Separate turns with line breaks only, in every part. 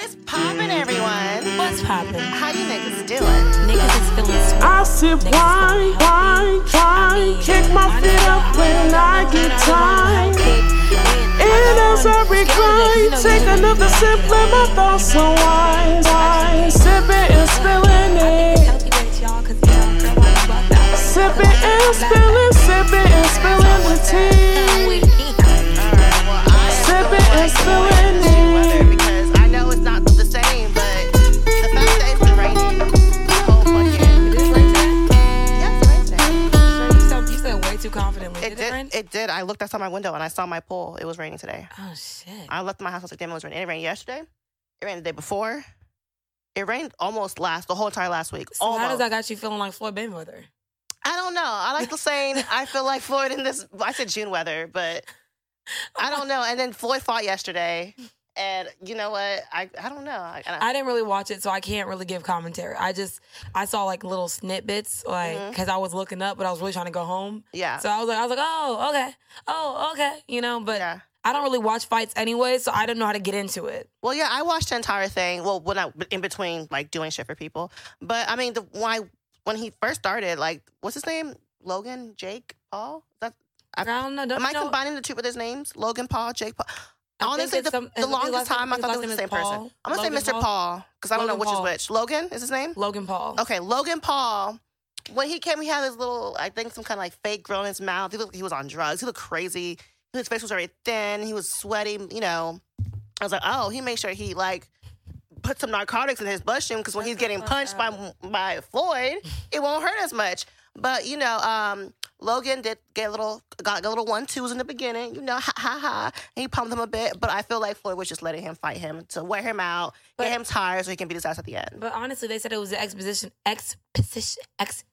What's poppin', everyone?
What's poppin'?
How you niggas doing?
Niggas is feeling sweet.
I sip wine, wine, wine, kick my feet up when I get time. It is every grind, take another sip, let my thoughts unwind. Wine, sipping and spilling it, sipping and spilling, sipping and spilling the tea,
All right, well, I am
Sippin'
the one who wants to
and spillin'
do weather because I know it's not the same, but the fact that it's been raining the whole fucking- Yeah, it's raining. It did. It did. I looked outside my window and I saw my pool. It was raining today.
Oh shit.
I left my house. I was like, damn, it was raining. It rained yesterday. It rained the day before. It rained almost last the whole entire last week.
So how
Almost.
does that got you feeling like Floyd Mayweather?
I don't know. I like the saying, I feel like Floyd in this. I said June weather, but I don't know. And then Floyd fought yesterday. And you know what? I, I don't know. I, I,
I didn't really watch it, so I can't really give commentary. I just I saw like little snippets, like
Mhm.
because I was looking up, but I was really trying to go home.
yeah.
So I was like, I was like, oh okay, oh okay, you know. But
yeah.
I don't really watch fights anyway, so I don't know how to get into it.
Well, yeah, I watched the entire thing. Well, when I in between like doing shit for people, but I mean, the why when he first started, like, what's his name? Logan Jake Paul. That
I don't know. Don't
am
you
I
know,
combining the two with his names? Logan Paul, Jake Paul.
I think
Honestly,
it's
the,
some-
the
his
longest
last name-
time I
his
thought
last
it was the
name
same
is Paul.
person. I'm gonna
Logan
say Mr. Paul because I don't know
Logan
which
Paul.
is which. Logan is his name.
Logan Paul.
Okay, Logan Paul. When he came, he had his little, I think, some kind of like fake grill in his mouth. He looked like he was on drugs. He looked crazy. His face was very thin. He was sweaty. You know, I was like, oh, he made sure he like put some narcotics in his bloodstream because when he's getting punched by by Floyd, it won't hurt as much. But you know, um, Logan did get a little got a little one twos in the beginning. You know, ha ha ha. And he pumped him a bit, but I feel like Floyd was just letting him fight him to wear him out,
But-
get him tired, so he can beat his ass at the end.
But honestly, they said it was an exposition, exposition, ex.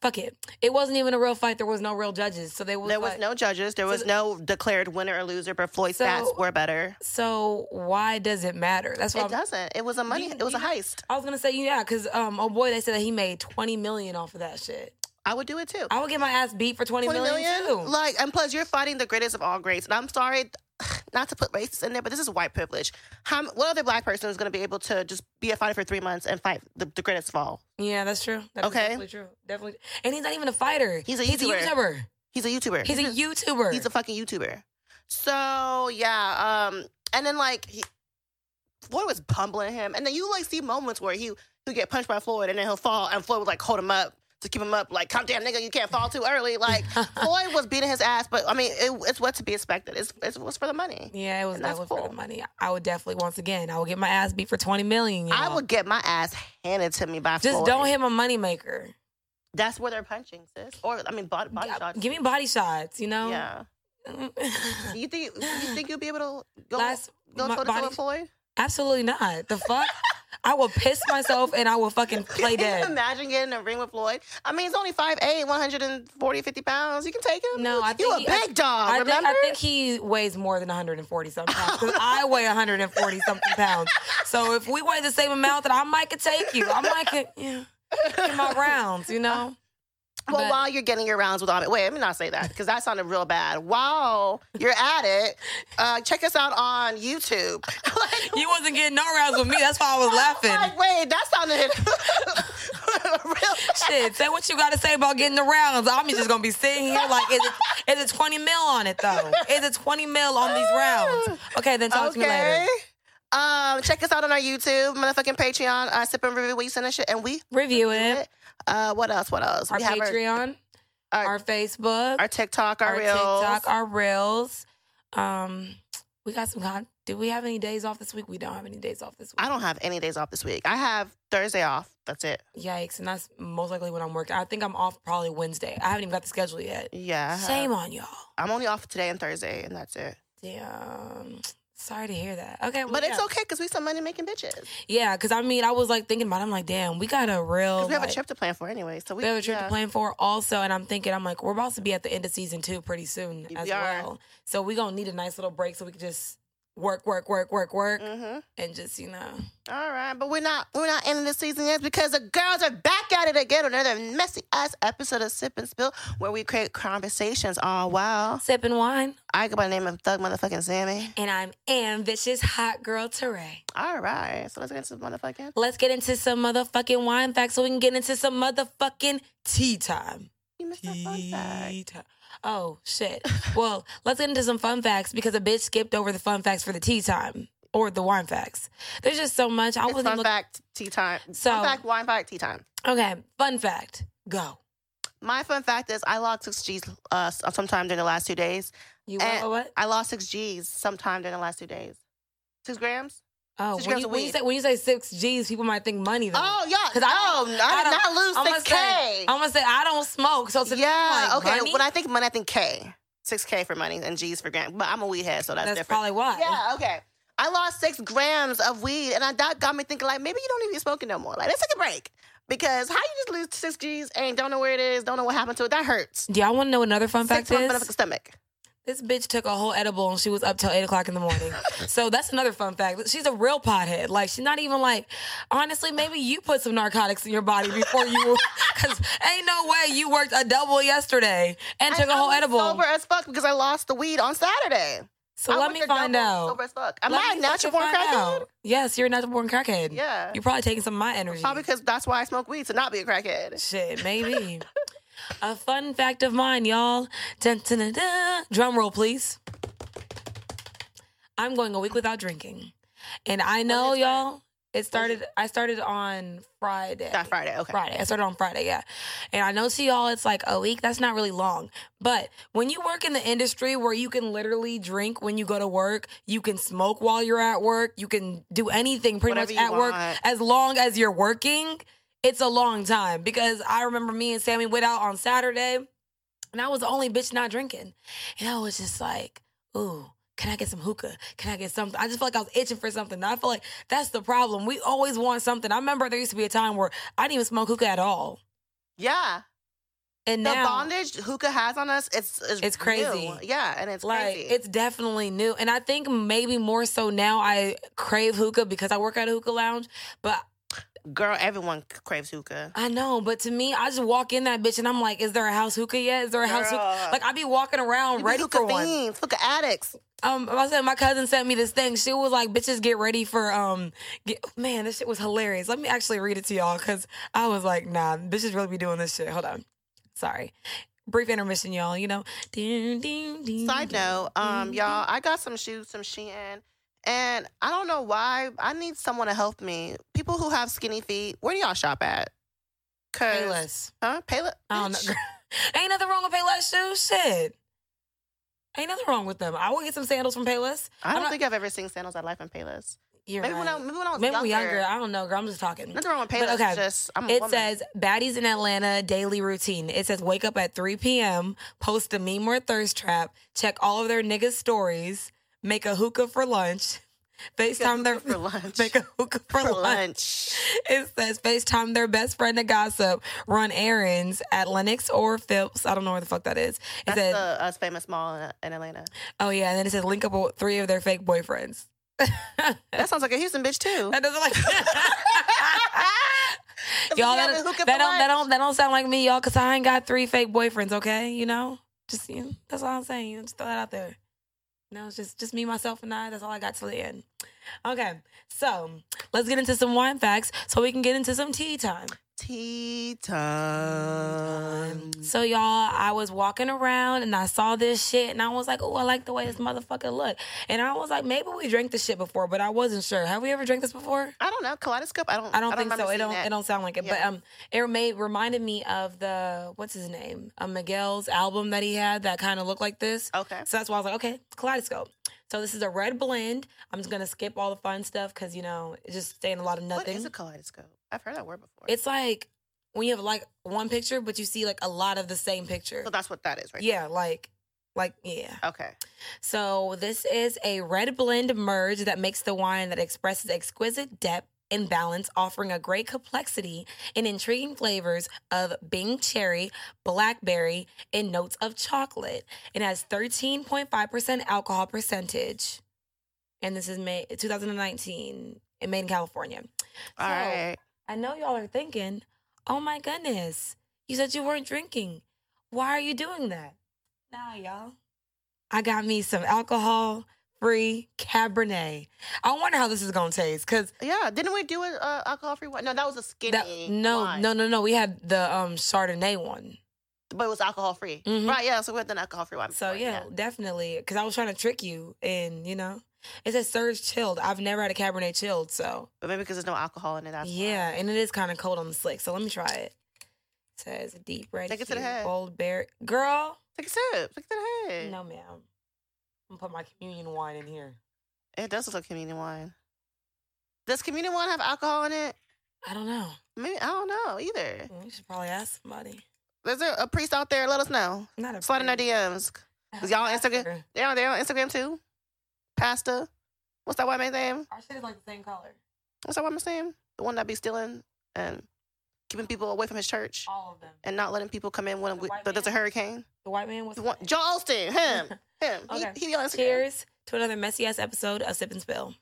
Fuck it. It wasn't even a real fight. There was no real judges, so they was
There was
like-
no judges. There was
th-
no declared winner or loser. But Floyd's
So-
stats were better.
So why does it matter? That's why
It doesn't. It was a money.
you-
it was
um, do
a
you-
heist.
I was gonna say yeah, because um, oh boy, they said that he made twenty million off of that shit.
I would do it too.
I would get my ass beat for twenty
Twenty
million
million.
too.
Like, and plus, you're fighting the greatest of all greats. And I'm sorry, not to put races in there, but this is white privilege. How? What other black person is going to be able to just be a fighter for three months and fight the, the greatest of all?
yeah, that's true. That's
Okay.
definitely true. Definitely. And he's not even a fighter.
He's a
He's a
YouTuber.
YouTuber.
He's a YouTuber.
He's a YouTuber.
He's a fucking YouTuber. So yeah, um, and then like he, Floyd was pummeling him, and then you like see moments where he he get punched by Floyd, and then he'll fall, and Floyd would like hold him up to keep him up, like calm down, nigga, you can't fall too early. Like Floyd was beating his ass, but I mean, it, it's what to be expected. It's it's what's for the money.
Yeah, it was
And that's
definitely for the
cool.
money. I would definitely once again, I would get my ass beat for twenty million. you
I
know?
would get my ass handed to me by
just
Floyd.
don't hit my moneymaker.
That's where they're punching, sis. Or I mean, body, body shots.
Give me body shots. You know.
Yeah. You think you think you'll be able to go
Last
go
my
toe to toe
body-
with Floyd?
Absolutely not. The fuck. I will piss myself and I will fucking play
Can you
dead.
imagine getting in a ring with Floyd? I mean, he's only 5'8", 140, 50 pounds. You can take him.
No,
you,
I think
you a
he- I-
big dog.
I think,
Oh, remember?
I think he weighs more than 140 something pounds. 'cause I weigh 140 something pounds. So if we weigh the same amount, then I might could take you. I might could, yeah, get my rounds, you know?
well,
but-
while you're getting your rounds with Ahmed, wait, let me not say that because that sounded real bad. While you're at it, uh, check us out on YouTube. like,
You wasn't getting no rounds with me. That's why I was laughing.
like, wait, that sounded real.
Shit, say what you got to say about getting the rounds. I'm just going to be sitting here like, is it, is it 20 mil on it, though? Is it 20 mil on these rounds? Okay, then talk to me later.
Okay. Um, check us out on our YouTube, motherfucking Patreon, uh, Sip and Review. We send us shit, and we.
Review it.
Uh, what else? What else?
Our
we have
Patreon,
our,
our
our,
Facebook,
our TikTok, our,
our
reels.
TikTok, our reels. Um, we got some. Con- Do we have any days off this week? We don't have any days off this week.
I don't have any days off this week. I have Thursday off. That's it.
Yikes! And that's most likely when I'm working. I think I'm off probably Wednesday. I haven't even got the schedule yet.
Yeah. I have-
Shame on y'all.
I'm only off today and Thursday, and that's it.
Damn. Sorry to hear that. Okay, well,
But it's
yeah.
okay because we some money making bitches.
Yeah, because I mean, I was like thinking about. It. I'm like, damn, we got a real.
Because we have a
like-
trip to plan for anyway. So we,
Oh We have a trip
yeah.
to plan for also, and I'm thinking, I'm like, we're about to be at the end of season two pretty soon
We
as
are.
well. So we gonna need a nice little break so we can just work, work, work, work, work,
Mm-hmm.
and just you know.
All right, but we're not we're not ending the season yet because the girls are back at it again on another messy ass episode of Sip and Spill where we create conversations. Oh wow,
Sipping wine,
I go by the name of Thug Motherfucking Sammy.
and I'm ambitious hot girl Teray.
All right, so let's get into motherfucking.
Let's get into some motherfucking wine facts so we can get into some motherfucking tea time.
You missed the fun fact.
Tea time. Oh shit. well, let's get into some fun facts because a bitch skipped over the fun facts for the tea time or the wine facts. There's just so much. I
It's
wasn't
fun
look-
fact tea time.
So-
fun fact wine fact tea time.
okay. Fun fact. Go.
My fun fact is I lost six G's uh, sometime during the last two days.
You what?
And-
what, what?
I lost six G's sometime during the last two days. Six grams?
Oh,
Six
when
grams
you,
of
when you
weed.
say when you say six G's, people might think money though.
Oh yeah.
Cause I
oh,
don't-
I, did
I don't-
not lose
I'm gonna
six K.
say- I'm gonna say I don't smoke, so to me,
yeah.
like,
okay.
money?
When I think money, I think K. Six K for money and G's for grams. But I'm a weed head, so that's,
that's
different.
probably why.
yeah. Okay. I lost six grams of weed, and I, that got me thinking like maybe you don't need to be smoking no more. Like let's take a break because how you just lose six G's and don't know where it is, don't know what happened to it. That hurts.
Do y'all want to know another fun
Six
fact
to my
is?
motherfucking stomach.
This bitch took a whole edible and she was up till eight o'clock in the morning. so that's another fun fact. She's a real pothead. Like she's not even like, honestly, maybe you put some narcotics in your body before you, because ain't no way you worked a double yesterday and took
And
a whole
I was
edible.
Sober as fuck because I lost the weed on Saturday.
So
I
let
went
me
to
find
double
out.
Sober as fuck. Am
Let
I a
me
natural
fucking
born
find
crackhead?
out. Yes, you're a natural born crackhead.
Yeah.
You're probably taking some of my energy.
Probably Oh, because that's why I smoke weed to not be a crackhead.
Shit, maybe. a fun fact of mine, y'all. Dun, dun, dun, dun. Drum roll, please. I'm going a week without drinking. And I know,
it start?
y'all, it started, I started on Friday.
That Friday. Okay.
Friday. I started on Friday, yeah. And I know to y'all it's like a week. That's not really long. But when you work in the industry where you can literally drink when you go to work, you can smoke while you're at work, you can do anything pretty
Whatever
much
you
at work
want.
as long as you're working, it's a long time. Because I remember me and Sammy went out on Saturday and I was the only bitch not drinking. And I was just like, ooh. Can I get some hookah? Can I get something? I just felt like I was itching for something. And I feel like that's the problem. We always want something. I remember there used to be a time where I didn't even smoke hookah at all.
Yeah.
And
The
now
bondage hookah has on us, it's it's,
It's crazy.
new. Yeah, and it's
like
crazy.
it's definitely new. And I think maybe more so now I crave hookah because I work at a hookah lounge. But
Girl, everyone craves hookah.
I know, but to me, I just walk in that bitch and I'm like, is there a house hookah yet? Is there a house hookah?
Girl.
Like I be walking around
You be
ready
hookah
for one.
fiends, hookah addicts.
um I said my cousin sent me this thing. She was like, bitches get ready for um get, man, this shit was hilarious. Let me actually read it to y'all because I was like, nah, bitches really be doing this shit. Hold on. Sorry. Brief intermission, y'all, you know. Ding, ding, ding,
Side
ding.
note,
Mm-hmm.
um, y'all, I got some shoes, some Shein, and I don't know why. I need someone to help me. People who have skinny feet, where do y'all shop at? Cause
Payless.
huh? Payless.
I don't know.
Bitch.
girl. Ain't nothing wrong with Payless shoes. Shit. Ain't nothing wrong with them. I would get some sandals from Payless.
I
I'm
don't
not-
think I've ever seen sandals I like from Payless.
You're
Maybe
right.
when I maybe when I was
Maybe
younger.
when younger. I don't know, girl. I'm just talking.
Nothing wrong with
But
Payless.
okay.
Just I'm a
It
woman.
says baddies in Atlanta daily routine. It says wake up at 3 p.m., post a meme or thirst trap, check all of their niggas' stories, make a hookah for lunch, FaceTime their
for lunch.
make a hookah for,
for
lunch.
lunch.
It says FaceTime their best friend to gossip, run errands at Lennox or Phipps. I don't know where the fuck that is. It
That's
says,
the us famous mall in, in Atlanta.
oh yeah, and then it says link up with three of their fake boyfriends.
That sounds like a Houston bitch too.
That doesn't like
That's
y'all.
what y'all been
That, that
hooking
don't
for
that
lunch.
don't that don't sound like me, y'all. Cause I ain't got three fake boyfriends. Okay, you know, just you know, that's all I'm saying. You know, just throw that out there. You know, it's just just me, myself, and I. That's all I got till the end. Okay, so let's get into some wine facts so we can get into some tea time.
Tea time.
So y'all, I was walking around and I saw this shit and I was like, oh, I like the way this motherfucker look. And I was like, maybe we drank this shit before, but I wasn't sure. Have we ever drank this before?
I don't know kaleidoscope. I don't.
I don't, think
remember
so. It
seeing
don't.
that.
It don't sound like it. But
Yeah.
um, it made reminded me of the what's his name, uh, Miguel's album that he had that kind of looked like this.
Okay.
So that's why I was like, okay, kaleidoscope. So this is a red blend. I'm just gonna skip all the fun stuff because you know it's just saying a lot of
What
nothing.
is a kaleidoscope? I've heard that word before.
it's like when you have like one picture, but you see like a lot of the same picture.
so that's what that is, right?
yeah, like. Like yeah,
Okay.
so this is a red blend merge that makes the wine that expresses exquisite depth and balance, offering a great complexity and intriguing flavors of Bing cherry, blackberry, and notes of chocolate. It has 13.5% alcohol percentage. and this is May 2019 in Maine, California.
All
So,
right.
I know y'all are thinking, oh my goodness, you said you weren't drinking. Why are you doing that? Now, y'all, I got me some alcohol free Cabernet. I wonder how this is going to taste because.
Yeah. Didn't we do an uh, alcohol free wine? No, that was a skinny.
That, no,
wine.
no, no, no. We had the um Chardonnay one.
But it was alcohol free.
Mhm.
Right. Yeah. So we had an alcohol free wine.
So
before,
yeah, definitely. Because I was trying to trick you, and you know, it says Surge chilled. I've never had a Cabernet chilled, so
But maybe because there's no alcohol in it. That's why.
yeah, and it is kind of cold on the slick. So let me try it. It says deep red,
Take it to the
hue,
head.
bold berry, girl.
Take a sip. Take it to the head.
No, ma'am. I'm gonna put my communion wine in here.
It does look like communion wine. Does communion wine have alcohol in it?
I don't know.
Maybe I don't know either.
We should probably ask somebody.
Is there a priest out there? Let us know.
Not a
Slide in our
priest.
DMs. Is y'all on Instagram? They on, they on Instagram too. Pasta. What's that white man's name?
Our shit is like the same color.
What's that white man's name? The one that be stealing and keeping people away from his church
All of them.
and not letting people come in when
The
we,
white
th- there's a
man?
hurricane.
The white man was.
The one, Joel Osteen. Him. Him. He-
Okay.
He, be on Instagram.
Cheers to another messy ass episode of Sip and Spill.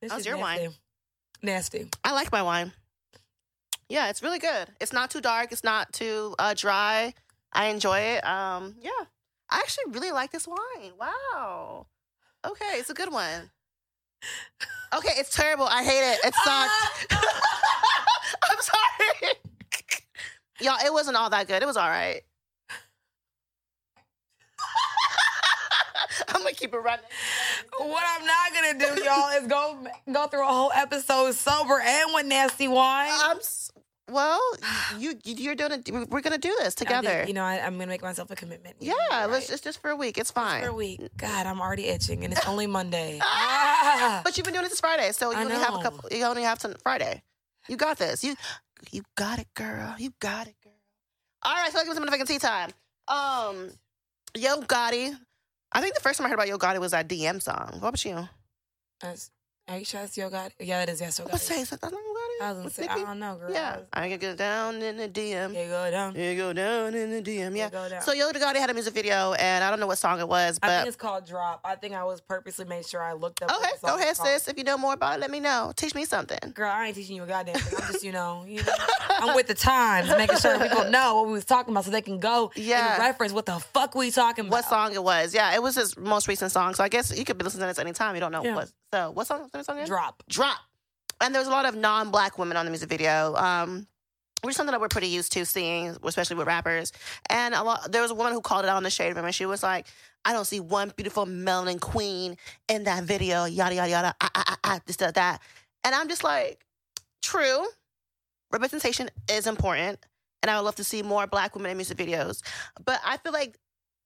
This
How's
is
your wine?
nasty. Nasty.
I like my wine. Yeah, it's really good. It's not too dark. It's not too uh, dry. I enjoy it. Um, yeah, I actually really like this wine. Wow. Okay, it's a good one. Okay, it's terrible. I hate it. It sucked. I'm sorry. Y'all, it wasn't all that good. It was all right. I'm gonna keep it running.
What I'm not gonna do, y'all, is go go through a whole episode sober and with nasty wine.
I'm s- well. You you're doing it. We're we're gonna do this
I
together.
think, you know, I, I'm gonna make myself a commitment.
Yeah,
You're
let's
right.
it's just for a week. It's fine.
for a week. God, I'm already itching, and it's only Monday. Ah!
But you've been doing it since Friday, so you
I
only have a
know.
couple. You only have some Friday. You got this. You you got it, girl. You got it, girl. All right, so let's give some fucking tea time. Um, Yo Gotti. I think the first time I heard about Yo Gotti was that DM song. What about you?
That's- Are you sure that's Yo God? Yeah, it is. Yes, Yo
What
God.
say? Is that Yo Gotti?
I was gonna
With
say, I
Nicki?
don't know, girl.
Yeah, I can go down in the
I was-
DM.
Here you go down.
You go down in the DM.
Here
Yeah.
you go down.
So Yo Gotti had a music video, and I don't know what song it was,
I think
but
it's called Drop. I think I was purposely made sure I looked up. what
okay,
the song
go ahead,
was called.
sis. If you know more about it, let me know. Teach me something.
Girl, I ain't teaching you a goddamn thing. I'm just, you know, you know, I'm with the times, making sure people know what we was talking about so they can go
Yeah.
and reference what the fuck we talking about.
what song it was. Yeah, it was his most recent song. So I guess you could be listening to this anytime. You don't know
Yeah.
what. So what song? What song again?
Drop.
Drop. And there was a lot of non-black women on the music video. Um, which is something that we're pretty used to seeing, especially with rappers. And a lot, there was a woman who called it out in the shade room, and she was like, "I don't see one beautiful melanin queen in that video." Yada yada yada. Ah ah ah. ah this that that. And I'm just like, true. Representation is important, and I would love to see more black women in music videos. But I feel like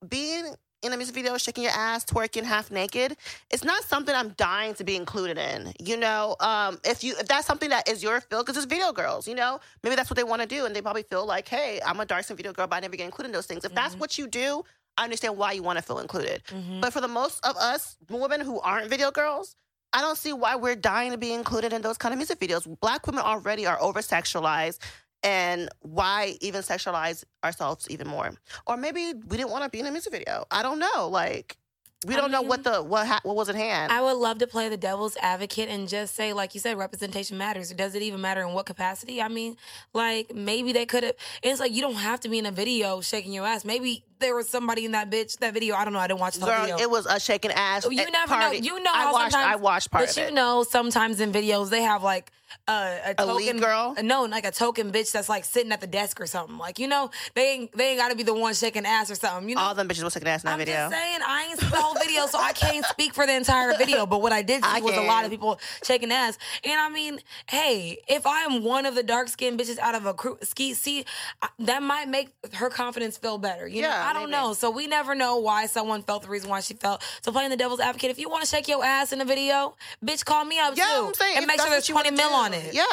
being in a music video, shaking your ass, twerking half naked, it's not something I'm dying to be included in. You know, um, if you if that's something that is your feel, because it's video girls, you know, maybe that's what they want to do, and they probably feel like, hey, I'm a dark skin video girl, but I never get included in those things. If that's
Mhm.
what you do, I understand why you want to feel included.
Mhm.
But for the most of us women who aren't video girls, I don't see why we're dying to be included in those kind of music videos. Black women already are over sexualized, and why even sexualize ourselves even more? Or maybe we didn't want to be in a music video. I don't know. Like we
I
don't know what
mean-
the what ha- what was at hand.
I would love to play the devil's advocate and just say, like you said, representation matters. Does it even matter in what capacity? I mean, like maybe they could have. It's like you don't have to be in a video shaking your ass. Maybe there was somebody in that bitch that video. I don't know. I didn't watch the whole
Girl,
video.
it was a shaking ass.
You
at
never
party.
know. You know
I
how
watched.
sometimes-
I watched part
but
of
you
it.
know, sometimes in videos they have like a, a
A
token
lead girl?
No, like a token bitch that's like sitting at the desk or something. Like you know, they ain't they ain't got to be the one shaking ass or something. You know,
All them bitches was shaking ass in that
I'm
video.
just saying, I ain't seen the whole video, so I can't speak for the entire video. But what I did see
I
was a
can.
lot of people shaking ass. And I mean, hey, if I am one of the dark skinned bitches out of a crew, ski, see, I, that might make her confidence feel better. You know,
Yeah,
I don't
maybe.
know. So we never know why someone felt the reason why she felt. So playing the devil's advocate, if you want to shake your ass in a video, bitch, call me up
Yeah,
too,
I'm saying
and
if
make sure
that's
there's
what
20
you
mil on
wanna
it.
do. Yeah,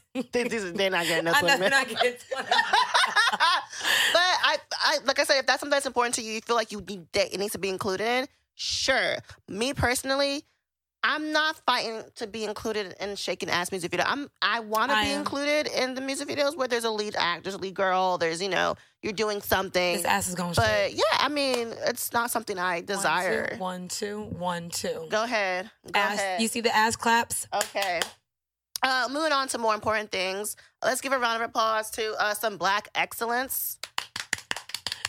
they, these- they're not getting no
I know
twenty mil.
you're not getting 20.
but I, I, like I said, if that's something that's important to you, you feel like you need that it needs to be included in. Sure, me personally, I'm not fighting to be included in shaking ass music video. I'm I want to
I
be
am.
included in the music videos where there's a lead act, there's a lead girl, there's you know you're doing something.
This ass is going
But
straight.
yeah, I mean it's not something I desire.
One, two, one, two. One, two.
Go ahead, go
ass,
ahead.
you see the ass claps?
Okay. Uh, moving on to more important things. Let's give a round of applause to uh, some black excellence.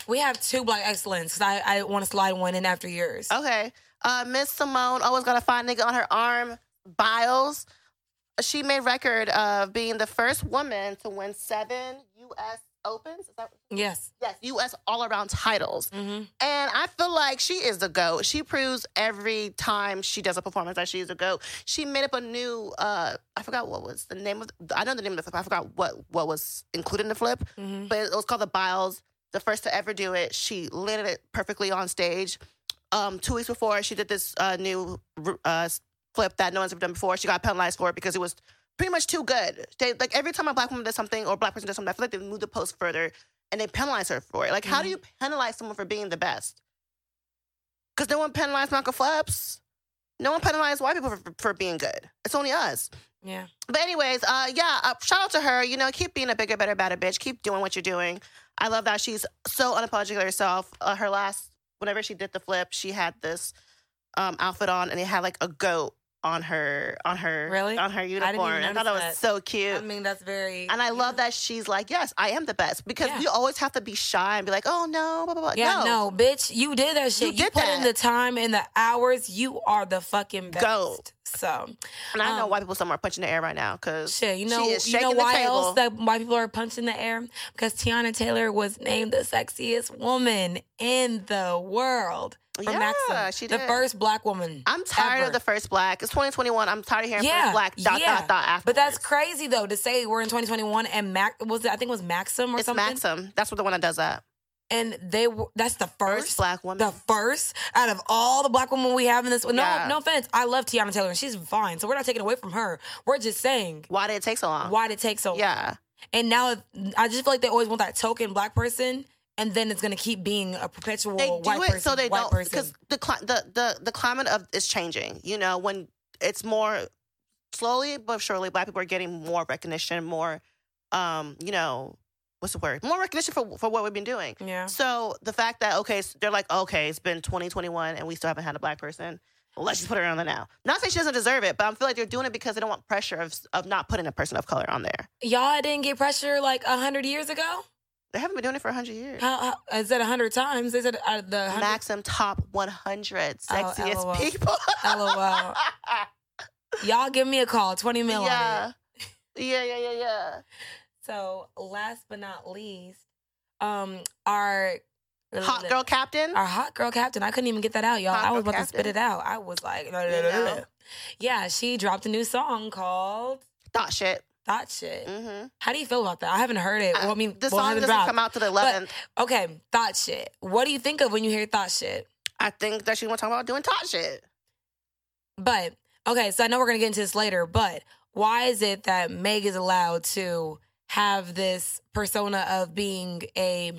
We have two black excellence 'cause I, I want to slide one in after yours.
Okay. Uh, Miss Simone always got to find nigga on her arm. Biles. She made record of being the first woman to win seven U.S. Opens. Is that,
Yes.
yes, U.S. all around titles.
hmm
And I feel like she is the GOAT. She proves every time she does a performance that she is a GOAT. She made up a new, uh, I forgot what was the name of, I know the name of the flip. I forgot what, what was included in the flip,
hmm
but it was called the Biles, the first to ever do it. She landed it perfectly on stage. Um, two weeks before, she did this uh, new uh, flip that no one's ever done before. She got penalized for it because it was pretty much too good. They like every time a black woman does something or a black person does something, I feel like they move the post further and they penalize her for it. Like, how do you penalize someone for being the best? Because no one penalized Michael Flaps. No one penalized white people for, for being good. It's only us.
Yeah.
But anyways, uh, yeah, uh, shout out to her. You know, keep being a bigger, better, better bitch. Keep doing what you're doing. I love that she's so unapologetic of herself. Uh, her last, whenever she did the flip, she had this um, outfit on, and it had like a goat on her, on her,
Really?
on her
even
uniform. And I thought that
notice
was
that.
so cute.
I mean, that's very.
and I love that she's like, yes, I am the best because
Yeah.
we always have to be shy and be like, oh no, blah blah blah.
Yeah, no. bitch, you did that shit.
did
put
that.
in the time and the hours. You are the fucking best.
Go.
So,
and I know
um,
white people somewhere punching the air right now because
shit, you know,
she is
you know
shaking the
why
table.
else that white people are punching the air? Because Tiana Taylor was named the sexiest woman in the world for
Yeah,
Maxim,
she
the
did.
first black woman.
I'm tired
ever.
of the first black. It's 2021. I'm tired of hearing
Yeah,
first black dot
yeah.
dot dot after.
But that's crazy though to say we're in 2021 and Mac was it- I think it was Maxim or
It's
something.
Maxim. That's what the one that does that.
And they were that's the
First,
first,
black woman.
the first out of all the black women we have in this. No,
Yeah.
no offense. I love Tiana Taylor and she's fine. So we're not taking away from her. We're just saying
Why did it take so long?
why did it take so? long.
Yeah.
And now I just feel like they always want that token black person, and then it's gonna keep being a perpetual
They
white
do it
person.
so they
white
don't
person.
because the, cli- the the the climate of is changing. You know, when it's more slowly but surely, black people are getting more recognition, more um, you know, what's the word? More recognition for for what we've been doing.
yeah.
So the fact that okay, so they're like okay, it's been 2021 and we still haven't had a black person. Well, let's just put her on there now. Not saying she doesn't deserve it, but I feel like they're doing it because they don't want pressure of of not putting a person of color on there.
Y'all didn't get pressure like a hundred years ago.
They haven't been doing it for 100 years.
How, how, I said a hundred times. They said uh, the 100
Maxim top 100 sexiest
Oh, LOL.
people.
LOL. Y'all give me a call, 20 mil on
yeah.
it.
Yeah, yeah, yeah, yeah.
So last but not least, um, our uh,
Hot girl captain.
our hot girl captain. I couldn't even get that out, y'all.
Hot
I was
girl
about to spit
captain.
it out. I was like,
know.
yeah, she dropped a new song called
Thought shit.
Thought Shit.
Mm-hmm.
How do you feel about that? I haven't heard it. well, I mean,
the
well,
song
it hasn't
doesn't
dropped.
come out to the
But-
11th.
Okay, Thought Shit. What do you think of when you hear Thought Shit?
I think that she want to talk about doing thought shit.
But okay, so I know we're gonna get into this later, but why is it that Meg is allowed to have this persona of being a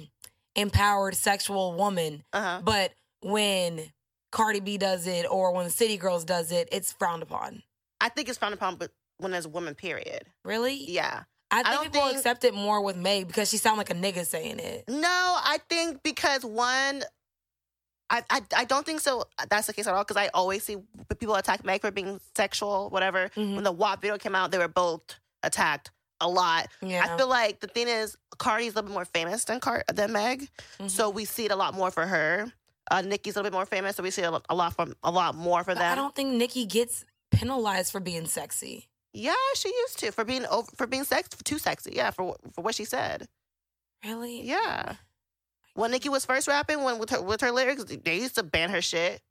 empowered sexual woman,
Uh-huh.
but when Cardi B does it or when City Girls does it, it's frowned upon?
I think it's frowned upon but when there's a woman, period.
Really?
Yeah.
I think
don't
people
think-
accept it more with Meg because she sound like a nigga saying it.
No, I think because one, I, I, I don't think so. uh, That's the case at all because I always see people attack Meg for being sexual, whatever.
Mhm.
When the WAP video came out, they were both attacked a lot.
Yeah.
I feel like the thing is, Cardi's a little bit more famous than Car- than Meg,
Mhm.
so we see it a lot more for her. Uh, Nikki's a little bit more famous, so we see a lot, a lot from a lot more for
But I
them.
don't think Nikki gets penalized for being sexy.
Yeah, she used to for being over, for being sex too sexy. Yeah, for wh- for what she said.
Really?
Yeah. When Nikki was first rapping, when with her with her lyrics, they used to ban her shit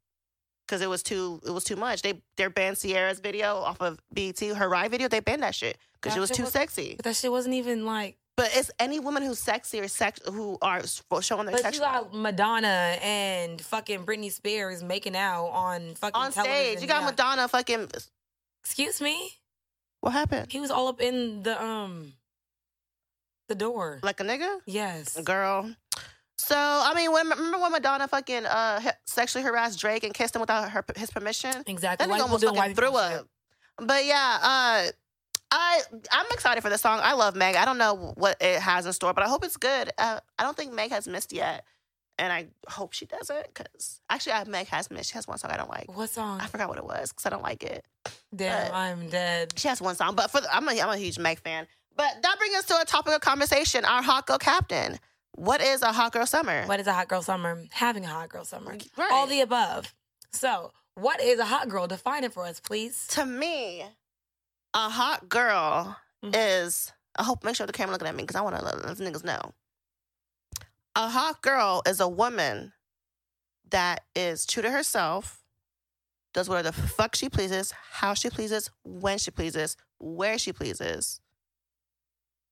because it was too it was too much. They they banned Sierra's video off of BET, her Rye video. They banned that shit because
That
it was
shit
too
was-
sexy.
But that shit wasn't even like.
But it's any woman who's sexy or sex who are s- showing their
But
sexual
you got Madonna and fucking Britney Spears making out on fucking
on stage.
television.
You got
Yeah.
Madonna fucking.
Excuse me.
What happened?
He was all up in the um, the door.
Like a nigga,
yes.
girl. So I mean, when, remember when Madonna fucking uh, ha- sexually harassed Drake and kissed him without her his permission?
Exactly.
That nigga
White people
almost
doing
fucking
white people
threw
shit.
up. But yeah, uh, I I'm excited for this song. I love Meg. I don't know what it has in store, but I hope it's good. Uh, I don't think Meg has missed yet, and I hope she doesn't. Cause actually, I, Meg has missed. She has one song I don't like.
What song?
I forgot what it was because I don't like it.
Damn,
but-
I'm dead.
She has one song, but for the, I'm a I'm a huge Meg fan. But that brings us to a topic of conversation: our hot girl captain. What is a hot girl summer?
What is a hot girl summer? Having a hot girl summer.
Right.
All the above. So, what is a hot girl? Define it for us, please.
to me, a hot girl
Mhm.
is. I hope make sure the camera looking at me because I want to let those niggas know. A hot girl is a woman that is true to herself, does whatever the fuck she pleases, how she pleases, when she pleases, where she pleases,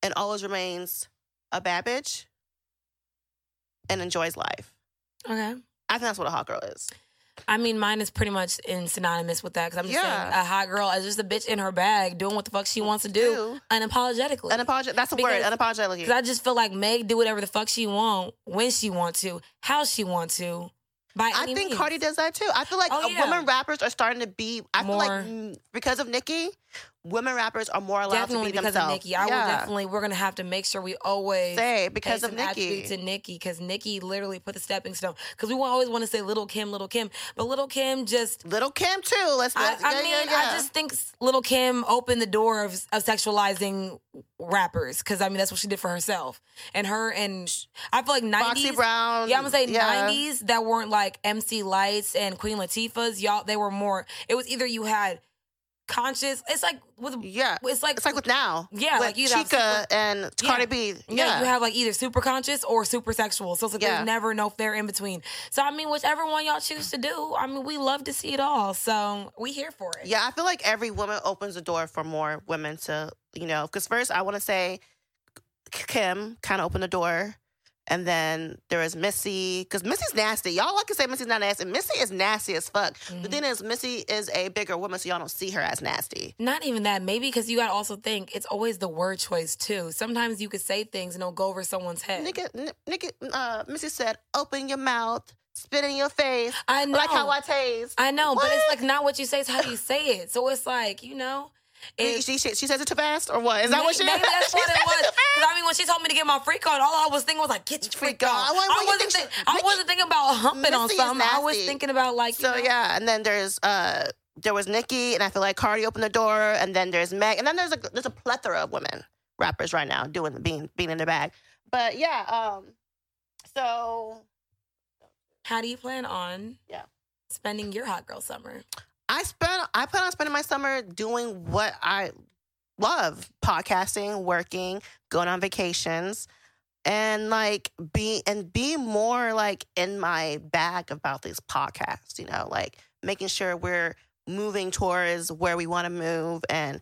and always remains a bad bitch and enjoys life.
Okay.
I think that's what a hot girl is.
I mean, mine is pretty much in synonymous with that because I'm just
Yeah.
saying a hot girl is just a bitch in her bag doing what the fuck she wants to do
Do
unapologetically.
unapologetic. That's a word.
Because-
Unapologetically.
Because I just feel like Meg do whatever the fuck she want, when she want to, how she want to, by
I
any
think
means.
Cardi does that too. I feel like
Oh,
uh,
yeah.
women rappers are starting to be. I feel
More.
like mm, because of Nicki, women rappers are more allowed
definitely
to be
because
themselves.
of Nikki. I
yeah.
will definitely. We're gonna have to make sure we always
say because
pay
of
some attribute
Nicki.
to Nikki because Nikki literally put the stepping stone. Because we won't always want to say Little Kim, Little Kim, but Little Kim just.
Little Kim too. Let's.
I,
let's-
I
yeah,
mean,
yeah,
I
yeah.
just think Little Kim opened the door of, of sexualizing rappers because I mean that's what she did for herself and her and I feel like
Foxy
nineties.
Brown.
Yeah, I'm gonna say
yeah.
nineties that weren't like MC Lights and Queen Latifah's. Y'all, they were more. It was either you had conscious. It's like with.
Yeah,
It's like
it's like with now.
Yeah,
with
like you have
Chica
super-
and Cardi B.
yeah. you have like either super conscious or super sexual. So it's like
Yeah.
there's never no fair in between. So I mean, whichever one y'all choose to do, I mean, we love to see it all. So we here for it.
Yeah, I feel like every woman opens the door for more women to, you know, because first I want to say K- Kim kind of opened the door. And then there is Missy, because Missy's nasty. Y'all like to say Missy's not nasty. Missy is nasty as fuck. The
Mhm.
thing is, Missy is a bigger woman, so y'all don't see her as nasty.
Not even that. Maybe because you gotta also think it's always the word choice too. Sometimes you could say things and it'll go over someone's head.
Nigga, n- nigga, uh, Missy said, open your mouth, spit in your face,
I know.
like how I taste.
I know, but it's
What?
like not what you say, it's how you say it. So it's like, you know,
She,
it's
she, she, she says it too fast, or what? Is that what she?
Maybe that's
she
what it
says
was.
too fast?
'Cause I mean, when she told me to get my freak on, all I was thinking was like, get your freak,
Freak on.
on.
I wasn't-
I
you
wasn't,
think
think,
she-
I
Nikki-
wasn't thinking about humping on
Missy is
something. I was
nasty.
thinking about like, you
So
know,
yeah, and then there's uh there was Nikki, and I feel like Cardi opened the door, and then there's Meg, and then there's a there's a plethora of women rappers right now doing being being in the bag. But yeah, um, so
How do you plan on
Yeah.
spending your hot girl summer?
I spent I plan on spending my summer doing what I love: podcasting, working, going on vacations, and like be and be more like in my bag about these podcasts. You know, like making sure we're moving towards where we want to move and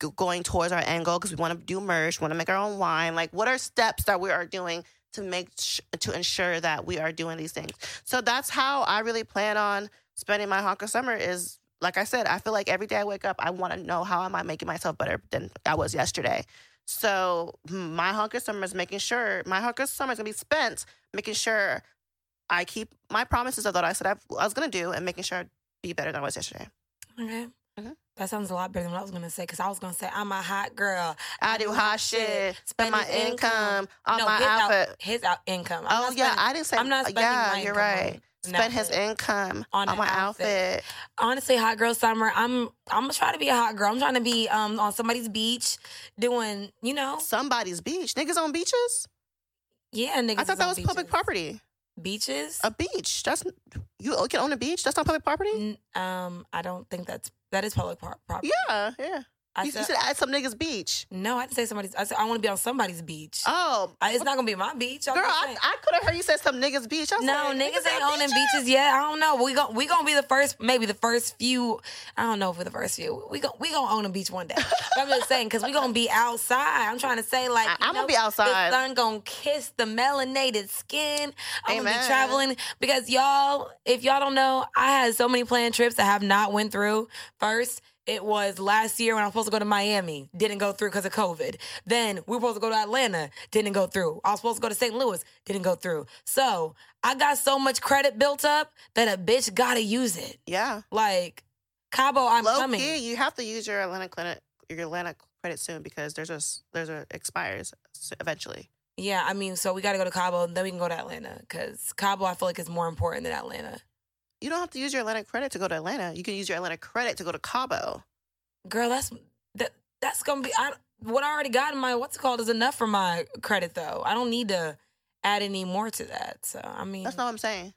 g- going towards our end goal because we want to do merch, want to make our own wine. Like, what are steps that we are doing to make sh- to ensure that we are doing these things? So that's how I really plan on spending my honker summer is like I said, I feel like every day I wake up, I want to know how am I making myself better than I was yesterday. So my honker summer is making sure my honker summer is gonna be spent making sure I keep my promises of what I said I I was gonna do and making sure I be better than I was yesterday.
Okay.
Mhm.
That sounds a lot better than what I was gonna say because I was gonna say I'm a hot girl.
I
Oh,
do hot shit, spend my
spending
income on
no,
my
his out-
outfit.
his out income. I'm
Oh
not
yeah,
spending-
I didn't say
I'm not spending
yeah,
my
you're
income on
right.
an
Spend his
outfit.
income on,
On an
my
outfit.
outfit.
honestly, hot girl summer. I'm I'm gonna try to be a hot girl. I'm trying to be um on somebody's beach doing you know
Somebody's beach. Niggas on beaches?
yeah niggas.
I thought
is
that
on
was public
beaches.
property.
Beaches.
A beach. That's you can own a beach. That's not public property.
N- um, I don't think that's that is public pro- property.
Yeah, yeah.
I
you,
said,
you should add some niggas beach.
no. I didn't say somebody's. I said I want to be on somebody's beach.
Oh,
I, it's not gonna be my beach. I'm
girl,
just
I,
saying.
I could have heard you said some niggas beach. I was
no,
like,
niggas ain't
have
owning beaches yet. I don't know. We gon' we gonna be the first, maybe the first few. I don't know if we're the first few. We gon' we gonna own a beach one day. But I'm just saying because we gonna be outside. I'm trying to say like
I-
you
I'ma
know,
be outside.
The sun gonna kiss the melanated skin. I'm gonna
Amen.
be traveling because y'all, if y'all don't know, I had so many planned trips I have not went through. First It was last year when I was supposed to go to Miami, didn't go through because of COVID. Then we were supposed to go to Atlanta, didn't go through. I was supposed to go to St. Louis, didn't go through. So I got so much credit built up that a bitch gotta use it.
Yeah.
Like Cabo, I'm
Low
coming.
key, you have to use your Atlanta credit, your Atlanta credit soon because there's a s- there's a expires s- eventually.
Yeah, I mean, so we gotta go to Cabo, then we can go to Atlanta because Cabo, I feel like is more important than Atlanta.
You don't have to use your Atlanta credit to go to Atlanta. You can use your Atlanta credit to go to Cabo.
Girl, that's that, that's gonna be I, what I already got in my what's it called is enough for my credit though. I don't need to add any more to that. So I mean,
That's not what I'm saying.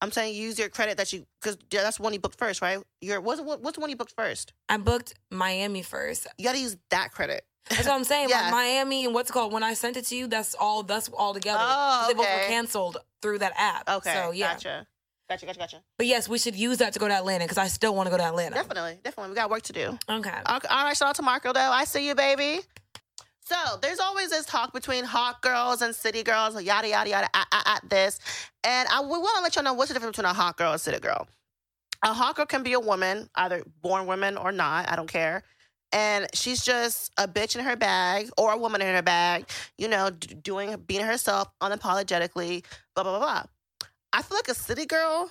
I'm saying use your credit that you because yeah, that's the one you booked first, right? Your what's what, what's the one you booked first?
I booked Miami first.
You got to use that credit.
That's what I'm saying.
Yeah.
Like Miami and what's it called when I sent it to you, that's all that's all together.
Oh,
'Cause They both were
okay.
canceled through that app.
Okay,
So yeah.
gotcha, gotcha, gotcha, gotcha.
But yes, we should use that to go to Atlanta because I still want to go to Atlanta.
Definitely, definitely, we got work to do.
Okay.
Okay, All right, shout out to Marco though. I see you, baby. So there's always this talk between hot girls and city girls, yada yada yada, at, at, at this, and I we want to let you all know what's the difference between a hot girl and city girl. A hot girl can be a woman, either born woman or not. I don't care. And she's just a bitch in her bag or a woman in her bag, you know, d- doing being herself unapologetically, blah blah blah blah. I feel like a city girl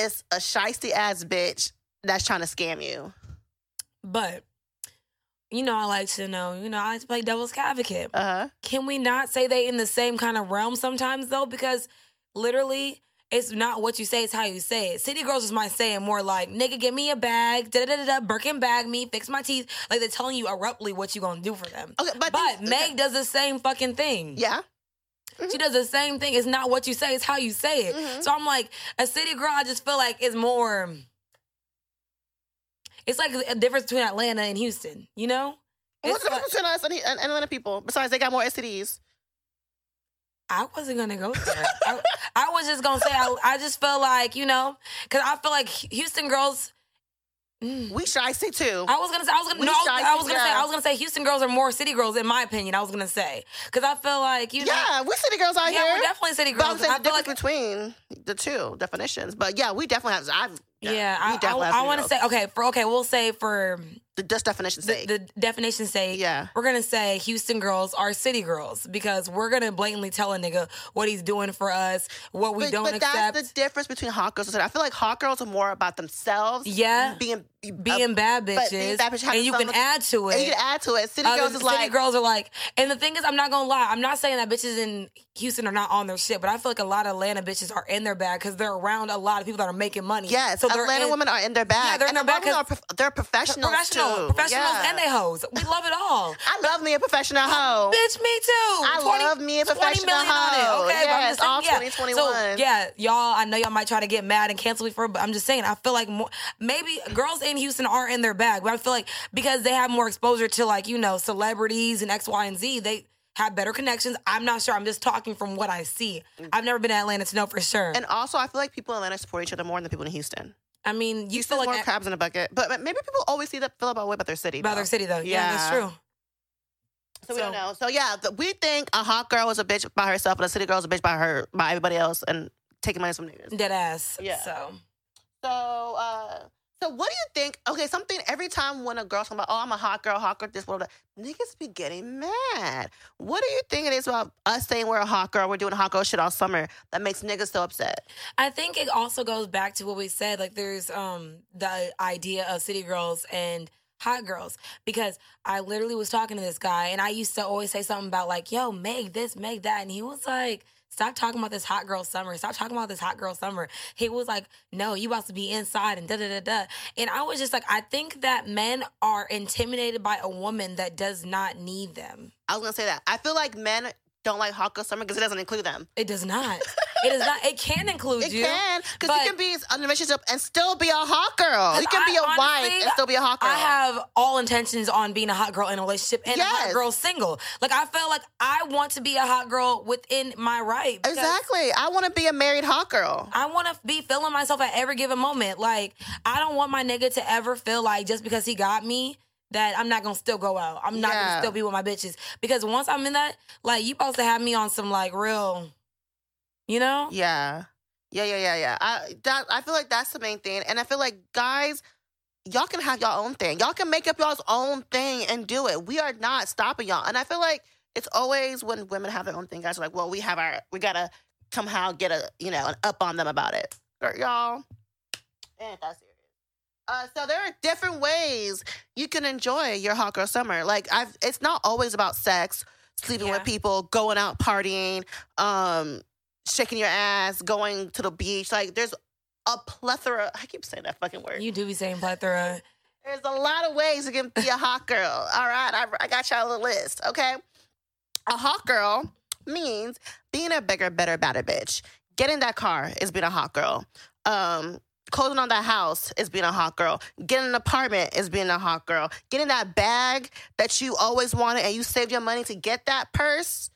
is a shisty ass bitch that's trying to scam you.
But you know, I like to know. You know, I like to play devil's advocate.
Uh huh.
Can we not say they in the same kind of realm sometimes though? Because literally, it's not what you say; it's how you say it. City girls is my saying more like "nigga, give me a bag, da da da da, Birkin bag me, fix my teeth." Like they're telling you abruptly what you gonna do for them.
Okay, but,
But
these-
Meg does the same fucking thing.
yeah,
She does the same thing. It's not what you say, it's how you say it.
Mhm.
So I'm like, a city girl, I just feel like it's more. It's like a difference between Atlanta and Houston, you know?
what's
It's
the
like-
difference between us and, he- and, and Atlanta people? Besides, they got more STDs.
I wasn't gonna go there. I, I was just gonna say, I, I just feel like, you know, because I feel like Houston girls. Mm.
We shisty too.
I was gonna say I was gonna
We
no, I was-
shy,
I was gonna say
yeah.
I was gonna say Houston girls are more city girls in my opinion. I was gonna say because I feel like you know
yeah, we city girls out
yeah
here.
we're definitely city
but I'm
girls.
saying
I
the
feel
difference
like
between the two definitions. But yeah, we definitely have. I've,
Yeah,
we
I,
definitely have
I,
city
want to
girls.
say okay for okay. We'll say for
the, just definition's sake.
the, the definition sake,
yeah,
we're gonna say Houston girls are city girls because we're gonna blatantly tell a nigga what he's doing for us, what we
but,
don't
but
accept.
that's the difference between hot girls and city. I feel like hot girls are more about themselves.
Yeah.
being
being
uh,
bad
but being
bitches,
bad bitch, having
and you
fun
can
with-
add to it.
and you can add to it. City
Other
girls is
city
like
girls are like, and the thing is, I'm not gonna lie. I'm not saying that bitches in Houston are not on their shit, but I feel like a lot of Atlanta bitches are in their bag because they're around a lot of people that are making money.
yes.
so they're
Atlanta
in-
women are in their bag.
they're in
and
their
the
bag
women
'cause-
are prof- they're professionals
professional,
too.
professionals,
yeah.
and they hoes. We love it all.
I love me a professional hoe.
Bitch, me too.
I love me a
20
professional
million
hoe.
on it. Okay, but I'm
Yes,
just saying,
all
yeah.
2021.
So, yeah, y'all. I know y'all might try to get mad and cancel me for, it, but I'm just saying. I feel like more, maybe girls in Houston are in their bag, but I feel like because they have more exposure to like you know celebrities and X, Y, and Z, they have better connections. I'm not sure. I'm just talking from what I see. I've never been to Atlanta to know for sure.
Mm. And also, I feel like people in Atlanta support each other more than the people in Houston.
I mean, you
Houston's
feel like
more crabs in a bucket, but but maybe people always see that feel about way about their city.
about
though.
their city though. Yeah, that's
Yeah.
true.
So we don't
so-
know. So yeah, th- we think a hot girl is a bitch by herself, and a city girl is a bitch by her by everybody else, and taking money from niggas.
Dead ass.
Yeah.
So
So uh, so what do you think? Okay, something every time when a girl's talking about, oh, I'm a hot girl, hot girl, this world, niggas be getting mad. What do you think it is about us saying we're a hot girl, we're doing hot girl shit all summer that makes niggas so upset?
I think it also goes back to what we said. Like there's um the idea of city girls and hot girls because I literally was talking to this guy and I used to always say something about like, "Yo, make this, make that," and he was like. Stop talking about this hot girl summer. Stop talking about this hot girl summer. He was like, "No, you about to be inside and da da da da." And I was just like, I think that men are intimidated by a woman that does not need them.
I was gonna say that. I feel like men don't like hot girl summer because it doesn't include them.
It does not. it does not. It can include
It
you.
can, because
but-
you can be in a relationship and still be a hot girl. You can
I
be a wife
honestly-
and still be a hot girl.
I have all intentions on being a hot girl in a relationship and a
Yes.
hot girl single. Like I feel like I want to be a hot girl within my right. because
exactly. I want to be a married hot girl.
I want to be feeling myself at every given moment. Like I don't want my nigga to ever feel like just because he got me that I'm not gonna still go out. I'm not
Yeah.
gonna still be with my bitches because once I'm in that, like you supposed to have me on some like real, you know.
Yeah, yeah, yeah, yeah, yeah. I that I feel like that's the main thing, and I feel like guys y'all can have y'all own thing. Y'all can make up y'all's own thing and do it. We are not stopping y'all. And I feel like it's always when women have their own thing, guys are like, well, we have our, we gotta somehow get a, you know, an up on them about it. Or y'all, eh, that's serious. Uh, so there are different ways you can enjoy your hot girl summer. Like I've, it's not always about sex, sleeping
Yeah.
with people, going out partying, um, shaking your ass, going to the beach. Like there's a plethora. I keep saying that fucking word.
You do be saying plethora.
There's a lot of ways you can be a hot girl. All right, I, I got y'all a list, okay? A hot girl means being a bigger, better, badder bitch. Getting that car is being a hot girl. Um, closing on that house is being a hot girl. Getting an apartment is being a hot girl. Getting that bag that you always wanted and you saved your money to get that purse,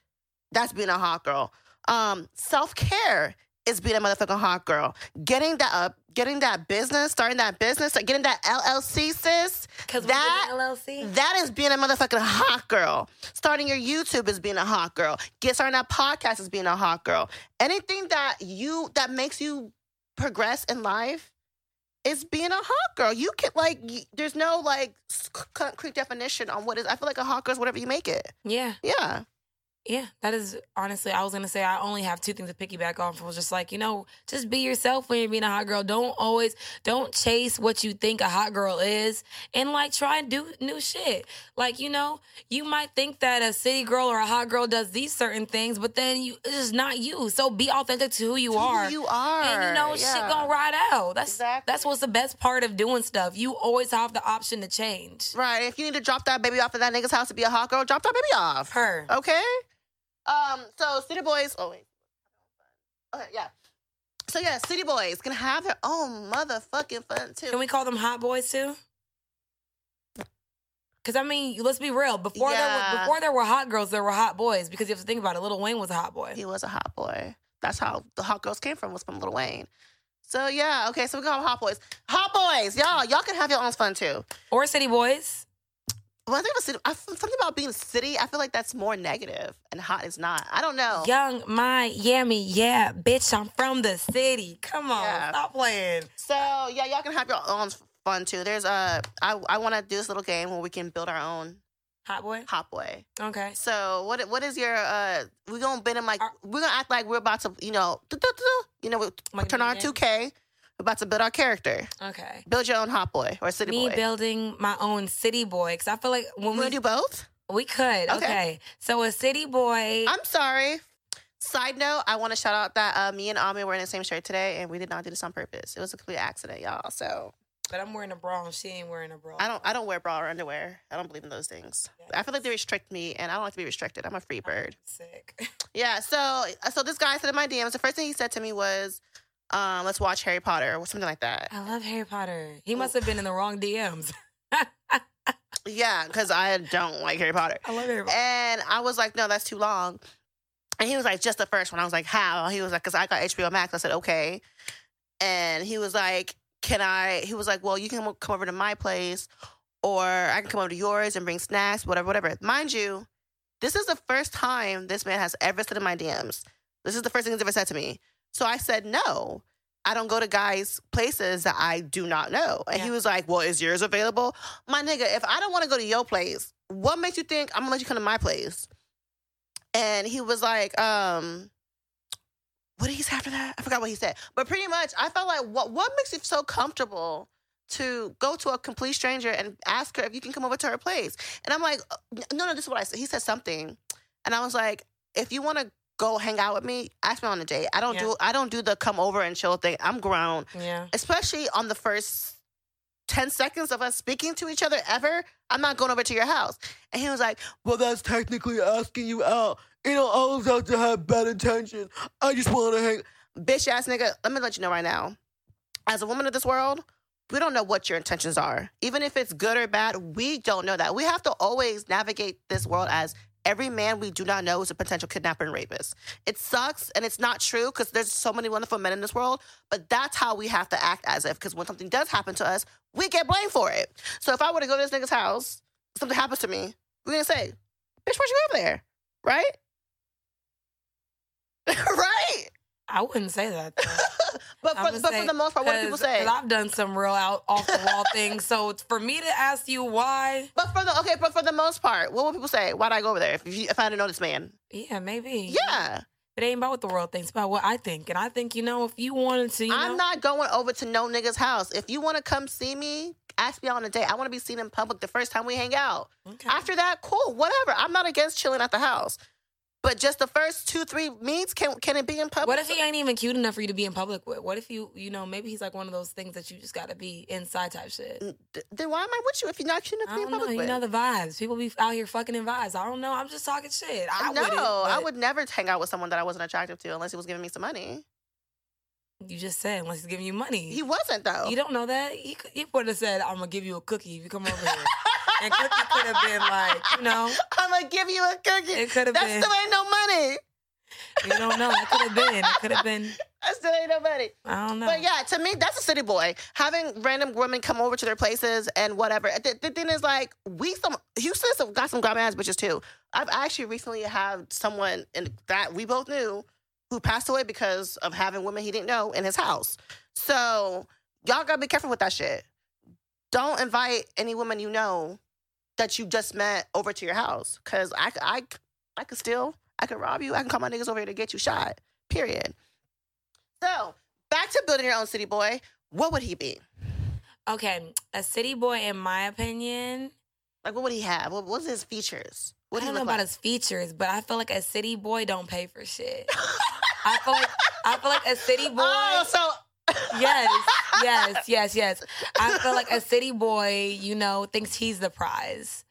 that's being a hot girl. Um, self care is being a motherfucking hot girl. Getting that up, getting that business, starting that business, like getting that LLC, sis.
Because we
That-
that, LLC.
That is being a motherfucking hot girl. Starting your YouTube is being a hot girl. Get starting that podcast is being a hot girl. Anything that you that makes you progress in life is being a hot girl. You can like, y- there's no like s- c- concrete definition on what is. I feel like a hot girl is whatever you make it.
yeah.
Yeah.
Yeah, that is honestly, I was gonna say I only have two things to piggyback on from just like, you know, just be yourself when you're being a hot girl. Don't always don't chase what you think a hot girl is and like try and do new shit. Like, you know, you might think that a city girl or a hot girl does these certain things, but then you it's just not you. So be authentic to who you are.
Who you are.
and you know
Yeah.
shit gonna ride out. That's
Exactly.
that's what's the best part of doing stuff. You always have the option to change.
Right. If you need to drop that baby off at that nigga's house to be a hot girl, drop that baby off.
Her.
Okay. Um. So city boys. Oh wait. Okay. Yeah. So yeah, city boys can have their own motherfucking fun too.
Can we call them hot boys too? Because I mean, let's be real. Before there were,
Yeah.
before there were hot girls, there were hot boys. Because you have to think about it. Little Wayne was a hot boy.
he was a hot boy. That's how the hot girls came from was from Lil Wayne. So yeah. Okay. So we call them hot boys. Hot boys, y'all. Y'all can have your own fun too.
Or city boys.
When I think about city, I, something about being city, I feel like that's more negative, and hot is not. I don't know.
Young, my, yummy, yeah, bitch, I'm from the city. Come on,
Yeah.
stop playing.
So yeah, y'all can have your own fun too. There's a I I want to do this little game where we can build our own
Hot boy?
hot boy.
Okay.
So what what is your uh? We're gonna bend them like
Our-
we're gonna act like we're about to you know do, do, do, do. you know we
Like
turn on
video
two K. We're about to build our character.
Okay.
Build your own hot boy or city
Me
boy.
building my own city boy. Because I feel like when
you wanna
we,
do both?
we could. Okay.
Okay.
So a city boy.
I'm sorry. Side note, I want to shout out that uh, me and Ami were in the same shirt today, and we did not do this on purpose. It was a complete accident, y'all. So
but I'm wearing a bra and she ain't wearing a bra.
I don't I don't wear bra or underwear. I don't believe in those things. I feel like they restrict me, and I don't like to be restricted. I'm a free bird.
Sick.
Yeah. So so this guy said in my DMs, the first thing he said to me was, um, "Let's watch Harry Potter" or something like that.
I love Harry Potter.
Oh.
He must have been in the wrong DMs.
Yeah, because I don't like Harry Potter.
I love Harry Potter.
And I was like, no, that's too long. And he was like, just the first one. I was like, how? He was like, because I got HBO Max. I said, okay. And he was like, can I? He was like, well, you can w- come over to my place or I can come over to yours and bring snacks, whatever, whatever. Mind you, this is the first time this man has ever said in my DMs. This is the first thing he's ever said to me. So I said, no, I don't go to guys' places that I do not know. And he
Yeah.
was like, well, is yours available? My nigga, if I don't want to go to your place, what makes you think I'm gonna let you come to my place? And he was like, um, what did he say after that? I forgot what he said. But pretty much, I felt like, what what makes you so comfortable to go to a complete stranger and ask her if you can come over to her place? And I'm like, no, no, this is what I said. He said something, and I was like, if you want to go hang out with me, ask me on a date. I don't
Yeah.
do I don't do the come over and chill thing. I'm grown
Yeah.
especially on the first 10 seconds of us speaking to each other ever, I'm not going over to your house. And he was like, Well, that's technically asking you out. You don't always have to have bad intentions. I just want to hang. Bitch ass nigga, let me let you know right now. As a woman of this world, we don't know what your intentions are. Even if it's good or bad, we don't know that. We have to always navigate this world as every man we do not know is a potential kidnapper and rapist. It sucks and it's not true because there's so many wonderful men in this world, but that's how we have to act as if because when something does happen to us, we get blamed for it. So if I were to go to this nigga's house, something happens to me, we're gonna say, bitch, why'd you go over there? Right? right?
I wouldn't say that. Though.
but
I'ma
for, but
say,
for the most part, what do people
'cause-
say?
'cause I've done some real out off the wall things. So it's- for me to ask you why,
But for the okay, but for the most part, what will people say? Why'd I go over there if, you, if I didn't know this man?
yeah, maybe.
Yeah,
It ain't about what the world thinks, it's about what I think. And I think, you know, if you wanted to, you know,
I'm not going over to no nigga's house. If you want to come see me, ask me out on a date. I want to be seen in public the first time we hang out.
Okay.
After that, cool, whatever. I'm not against chilling at the house, but just the first two three meets, can can it be in public?
What if he ain't even cute enough for you to be in public with? What if you, you know, maybe he's like one of those things that you just gotta be inside type shit.
D- then why am I with you if you're not cute enough
I
Mm, to be in
don't know.
public?
You
with?
know the vibes. People be out here fucking in vibes. I don't know. I'm just talking shit. I
no,
wouldn't,
I
but
would never hang out with someone that I wasn't attractive to unless he was giving me some money.
You just said unless he's giving you money.
He wasn't though.
you don't know that. He could- he would have said, "I'm gonna give you a cookie if you come over here." and cookie could have been like, you know,
I'm gonna give you a cookie.
It could've
that
been.
still ain't no money.
you don't know. It could have been. It could have been.
That still ain't no money.
I don't know.
But yeah, to me, that's a city boy. Having random women come over to their places and whatever. The, the thing is, like, we some Houston's have got some grime ass bitches too. I've actually recently had someone in, that we both knew who passed away because of having women he didn't know in his house. So y'all gotta be careful with that shit. Don't invite any woman you know that you just met over to your house because I, c- I, c- I could steal, I could rob you, I can call my niggas over here to get you shot. Period. So back to building your own city boy. What would he be?
Okay, a city boy, in my opinion,
Like, what would he have? What was his features? What do
I don't
you
know
look
about
like?
his features, but I feel like a city boy don't pay for shit. I feel like I feel like a city boy.
Oh, so
Yes, yes, yes, yes. I feel like a city boy, you know, thinks he's the prize.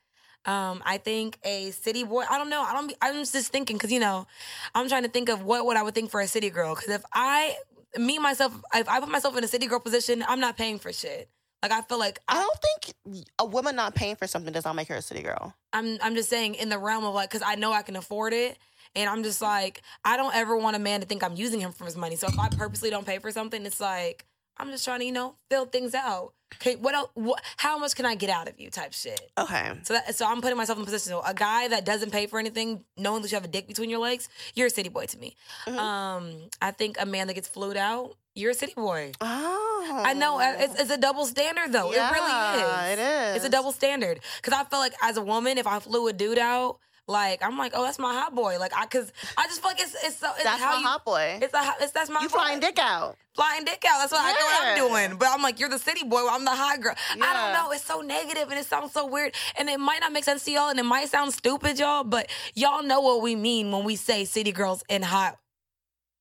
Um, I think a city boy. I don't know. I don't. be- I'm just thinking because you know, I'm trying to think of what would I would think for a city girl. Because if I me myself, if I put myself in a city girl position, I'm not paying for shit. Like I feel like
I don't think a woman not paying for something does not make her a city girl.
I'm I'm just saying in the realm of like because I know I can afford it. And I'm just like, I don't ever want a man to think I'm using him for his money. So if I purposely don't pay for something, it's like I'm just trying to, you know, fill things out. Okay, what else? What, how much can I get out of you? Type shit.
Okay.
So that, so I'm putting myself in a position. So a guy that doesn't pay for anything, knowing that you have a dick between your legs, you're a city boy to me.
Mhm.
Um, I think a man that gets flued out, you're a city boy.
Oh.
I know uh, it's, it's a double standard though. it really
Yeah,
is.
It is.
It's a double standard. Cause I feel like as a woman, if I flew a dude out, like I'm like, oh, that's my hot boy. Like I, cause I just feel like it's it's so it's
That's
how
my
you.
hot boy.
It's a hot- it's that's my
you
boy.
flying dick out.
flying dick out. That's what I know what
Yeah.
I'm doing. But I'm like, you're the city boy. I'm the hot girl. I don't
Yeah.
know. It's so negative and it sounds so weird and it might not make sense to y'all and it might sound stupid, y'all. But y'all know what we mean when we say city girls and hot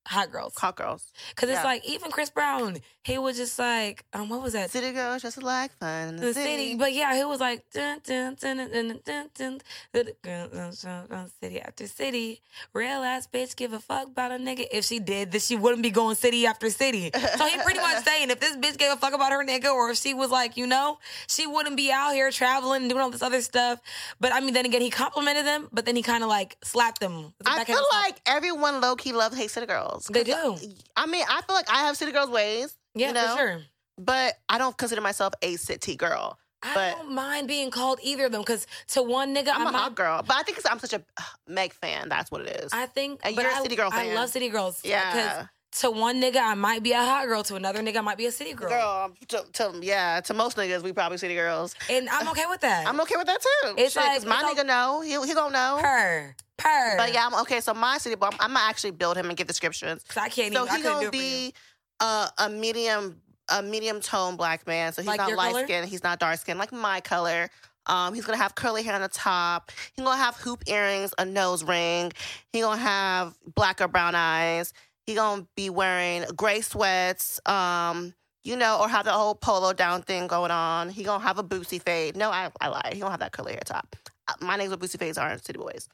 hot girls.
Hot girls.
Cause it's
yeah.
like even Chris Brown, he was just like, um, what was that?
City girls just like fun in the,
the city. But yeah, he was like dun, dun, dun, dun, dun, dun, dun, dun, dun, dun, dun, dun, city after city. Real ass bitch give a fuck about a nigga. If she did, then she wouldn't be going city after city. So he pretty much saying if this bitch gave a fuck about her nigga or if she was like, you know, she wouldn't be out here traveling and doing all this other stuff. But I mean then again he complimented them, but then he kinda like slapped them. It's a
I
backhand
feel
slap.
like everyone low key loves hate city girls.
They
'Cause,
do.
I mean, I feel like I have city girls ways.
Yeah,
you know?
for sure.
But I don't consider myself a city girl.
I
But-
don't mind being called either of them because to one nigga
I'm,
I'm,
a hot girl, but I think it's, I'm such a ugh, Meg fan. That's what it is.
I think
And
but
you're a
I-
city girl
I
fan.
love city girls. Because
yeah,
to one nigga I might be a hot girl, to another nigga I might be a city girl,
girl. To, to- yeah, to most niggas, we probably city girls.
and I'm okay with that.
I'm okay with that too.
It's
Shit, 'cause
like-
my
it's
nigga know he he gonna know.
per per.
But yeah, I'm okay. So my city boy, I'm, I'm gonna actually build him and give descriptions.
'Cause I can't.
So
even, I
he
couldn't do
gonna
it for you.
be a, a medium a medium tone black man. So he's
Like
not
your
light
color?
skinned, he's not dark skinned, like my color. Um, he's gonna have curly hair on the top. He's gonna have hoop earrings, a nose ring. He gonna have black or brown eyes. He gonna be wearing gray sweats. Um, you know, or have the whole polo down thing going on. He gonna have a boosie fade. No, I, I lied. He gonna have that curly hair top. Uh, My name's with boosie fades aren't city boys.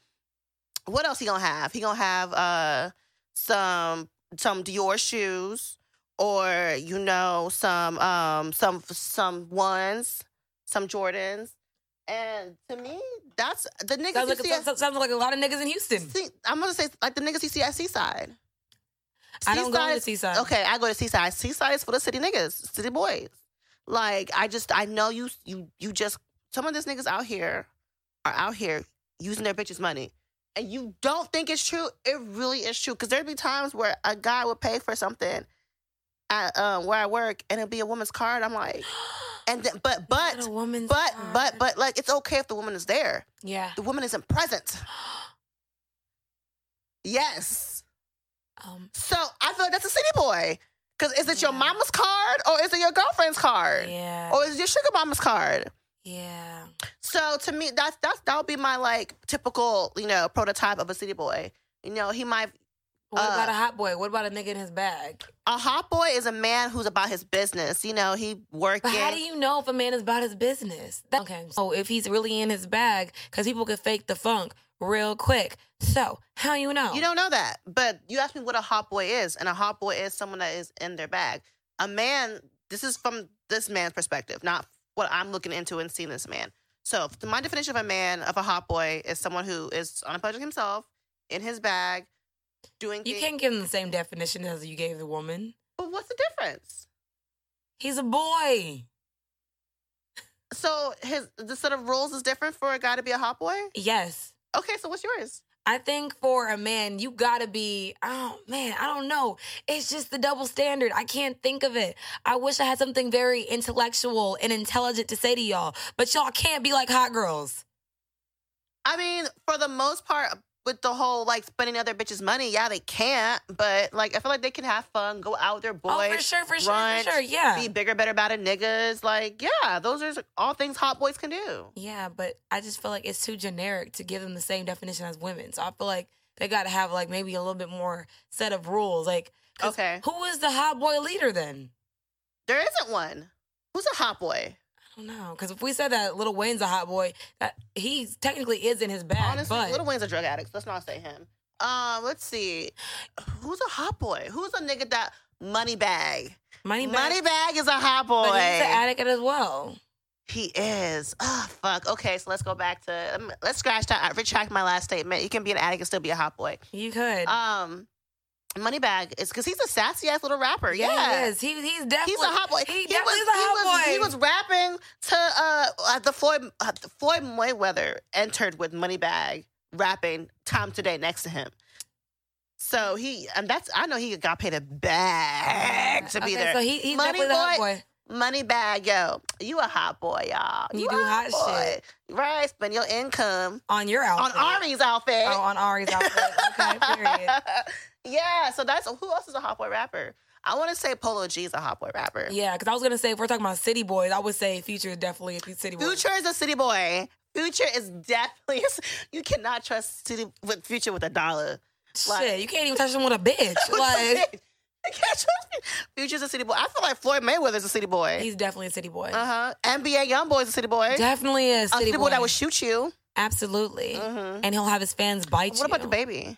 What else he gonna have? He gonna have uh some some Dior shoes or you know some um some some ones, some Jordans. And to me, that's the niggas
Sounds
you
like,
see at-
sounds, sounds like a lot of niggas in Houston.
see- I'm gonna say like the niggas you see at Seaside.
I don't go to
Seaside's-
Seaside.
Okay, I go to Seaside. Seaside is for the city niggas, city boys. Like I just I know you you you just some of these niggas out here are out here using their bitches money. And you don't think it's true, it really is true. Cause there'd be times where a guy would pay for something at uh, where I work, and it'll be a woman's card. I'm like, and then, but but
a woman's
but
card.
but but like it's okay if the woman is there.
yeah.
The woman isn't present. Yes.
Um,
So I feel like that's a city boy. Cause is it your
Yeah.
mama's card or is it your girlfriend's card?
yeah.
Or is it your sugar mama's card?
yeah.
So to me, that's that's that would be my like typical, you know, prototype of a city boy. You know, he might
What
Uh,
about a hot boy? What about a nigga in his bag?
a hot boy is a man who's about his business. You know, he working.
But how do you know if a man is about his business? That- okay, so if he's really in his bag, because people can fake the funk real quick. So how you know?
You don't know that. But you asked me what a hot boy is, and a hot boy is someone that is in their bag. A man, this is from this man's perspective, not what I'm looking into and seeing this man. So if- my definition of a man, of a hot boy, is someone who is on a budget himself, in his bag, doing
You
thi-
can't give him the same definition as you gave the woman.
But what's the difference?
He's a boy.
So his the set of rules is different for a guy to be a hot boy?
Yes.
Okay, so what's yours?
I think for a man, you gotta be, oh man, I don't know. It's just the double standard. I can't think of it. I wish I had something very intellectual and intelligent to say to y'all, but y'all can't be like hot girls.
I mean, for the most part, with the whole like spending other bitches' money, yeah, they can't. But like, I feel like they can have fun, go out with their boys,
oh, for sure, for sure,
brunch,
for sure. Yeah.
be bigger, better, badder niggas. Like, yeah, those are all things hot boys can do.
Yeah, but I just feel like it's too generic to give them the same definition as women. So I feel like they got to have like maybe a little bit more set of rules. Like, 'cause
Okay.
who is the hot boy leader then?
There isn't one. Who's a hot boy?
I don't know. Because if we said that Little Wayne's a hot boy, that he technically is in his bag.
Honestly,
but
Little Wayne's a drug addict. so let's not say him. Um, let's see. Who's a hot boy? Who's a nigga that money bag?
money bag,
Money bag is a hot boy.
but he's an addict as well.
He is. Oh, fuck. Okay, so let's go back to um, let's scratch that. I retract my last statement. You can be an addict and still be a hot boy.
You could.
Um, Moneybag is because he's a sassy ass little rapper. Yeah,
he is. He, he's definitely
he's a hot boy.
He, definitely is a
he
hot
was,
boy.
He was rapping to uh, uh the Floyd uh, the Floyd Mayweather entered with Moneybag rapping "Time Today" next to him. So he and that's I know he got paid a bag to be
okay,
there.
So he, he's
Money
definitely the hot
boy.
boy.
Money bag, yo, you a hot boy, y'all.
You
a
do hot shit.
boy. right? Spend your income
On your outfit.
on Ari's outfit.
Oh, on Ari's outfit. Okay, period.
yeah, so that's who else is a hot boy rapper? I want to say Polo G is a hot boy rapper.
Yeah, because I was gonna say if we're talking about city boys, I would say Future is definitely a city boy.
Future is a city boy. Future is definitely you cannot trust city with future with a dollar.
Shit, you can't even touch him with a bitch.
you
like
can't trust it. Future's a city boy. I feel like Floyd Mayweather's a city boy.
he's definitely a city boy.
Uh huh. NBA young boy is a city boy.
Definitely a
a
city,
city boy. that will shoot you.
Absolutely,
Mhm.
and he'll have his fans bite you.
What about the baby?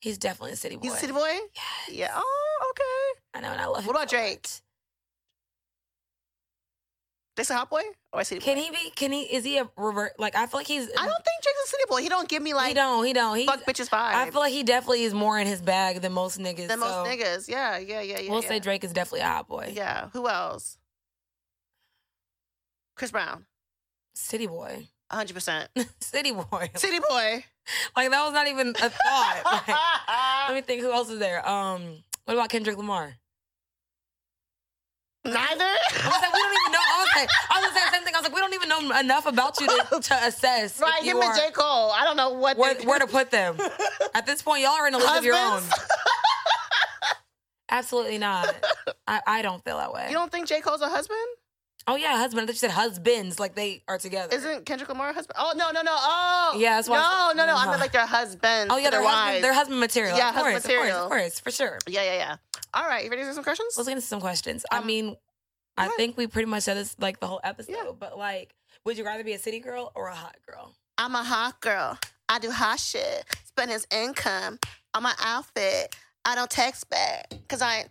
He's definitely a city boy.
He's a city boy.
Yes.
Yeah. Oh, okay.
I know, and I love him.
What about
so
Drake?
much.
This a hot boy or a city boy?
Can he be? Can he? Is he a revert? Like I feel like he's.
I don't think Drake's a city boy. He don't give me
he
like
don't. He don't. He's,
fuck bitches vibe.
I feel like he definitely is more in his bag than most niggas.
than
so
most niggas. Yeah, yeah, yeah, yeah.
we'll
yeah.
say Drake is definitely a hot boy.
Yeah. Who else? Chris Brown,
City boy.
100 percent.
city boy.
City boy.
Like that was not even a thought. Like, Let me think. Who else is there? Um, what about Kendrick Lamar?
Neither.
I was like, we don't even know. I was like, I was saying the same thing. I was like, we don't even know enough about you to, to assess. if
right.
you
Him and
are-
J Cole. I don't know what.
where,
they-
where to put them. At this point, y'all are in a league of your own.
Husbands?
Absolutely not. I, I don't feel that way.
You don't think J Cole's a husband?
oh yeah, husband. I thought you said husbands, like they are together.
Isn't Kendrick Lamar a husband? Oh no no no oh
Yeah, that's why I
no no
said-
no I
Uh-huh.
meant like their husbands.
oh yeah,
their
they're
wives.
husband, they're husband material.
Yeah,
of course,
husband material.
Of course, of course, for sure.
yeah yeah yeah. All right, you ready to do some questions?
Let's get into some questions. I
Um,
mean, I
yeah.
think we pretty much said this like the whole episode.
Yeah.
But like, would you rather be a city girl or a hot girl?
I'm a hot girl. I do hot shit. Spend his income on my outfit. I don't text back because I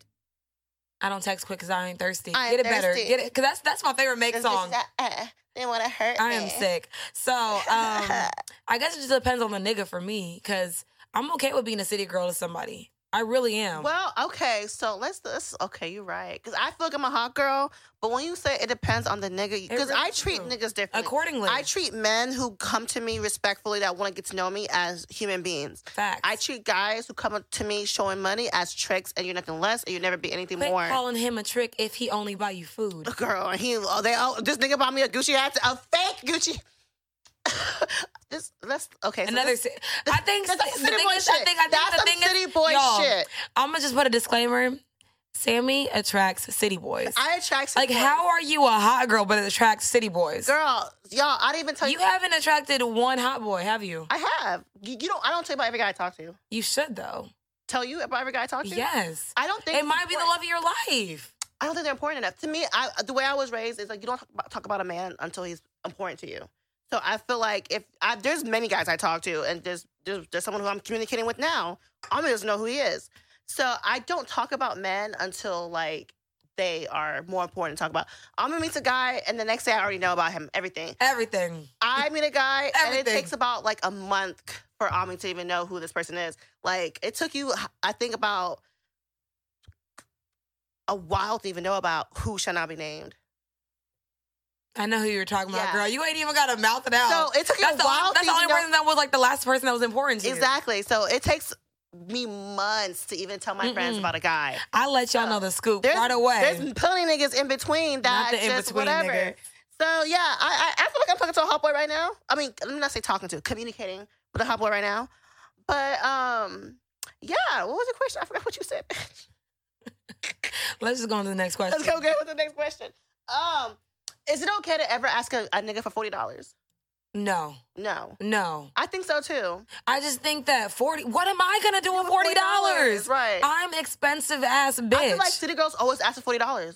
I don't text quick because I ain't thirsty.
I
get
am
it better.
thirsty.
Get it because that's that's my favorite make song.
uh, didn't want to hurt.
I am
me.
sick. So um, I guess it just depends on the nigga for me, because I'm okay with being a city girl to somebody. I really am.
Well, okay, so let's this. Okay, you're right. Because I feel like I'm a hot girl, but when you say it depends on the nigga, because
really
I treat
do.
niggas differently.
Accordingly.
I treat men who come to me respectfully that want to get to know me as human beings.
Facts.
I treat guys who come up to me showing money as tricks, and you're nothing less, and you'll never be anything
Quit
more.
calling him a trick if he only buy you food.
Girl, and he oh, they oh this nigga bought me a Gucci hat, a fake Gucci. this let's okay. so
Another,
this-
si- I think
that's
the
some city
thing
boy
is, I
shit.
think, I think
That's
the
some
thing
city
is,
boy
y'all,
shit.
I'm gonna just put a disclaimer. Sammy attracts city boys.
I attract city
like,
boys.
how are you a hot girl but it attracts city boys?
girl, y'all. I didn't even tell you.
you haven't attracted one hot boy, have you?
I have. You, you don't. I don't tell you about every guy I talk to.
You should though.
Tell you about every guy I talk to.
Yes,
I don't think
it
it's
might be the
important.
love of your life.
I don't think they're important enough to me. I the way I was raised is like you don't talk about, talk about a man until he's important to you. So I feel like if I, there's many guys I talk to, and there's, there's there's someone who I'm communicating with now, I'm gonna just know who he is. So I don't talk about men until like they are more important to talk about. I'm gonna meet a guy, and the next day I already know about him everything.
Everything.
I meet a guy, and it
Everything.
takes about like a month for Ami to even know who this person is. Like it took you, I think, about a while to even know about who shall not be named.
I know who you're talking about,
Yeah.
girl. You ain't even got a mouth it out.
So it took you
Oh, that's
a
the
while.
only, that's
to
the only
even know-
person that was like the last person that was important to you.
Exactly. So it takes me months to even tell my friends
Mm-mm.
about a guy.
I let y'all know the scoop
There's,
right away.
There's plenty niggas in between that
Not the
just
in-between,
whatever.
nigga.
So yeah, I, I I feel like I'm talking to a hot boy right now. I mean, I'm not say talking to, communicating with a hot boy right now. But um, yeah. What was the question? I forgot what you said. bitch.
Let's just go on to the next question.
Let's go get with the next question. Um, is it okay to ever ask a, a nigga for forty dollars?
No,
No,
no.
I think so too.
I just think that forty. What am I gonna do with forty dollars?
right?
I'm expensive ass bitch.
I feel like city girls always ask for forty dollars.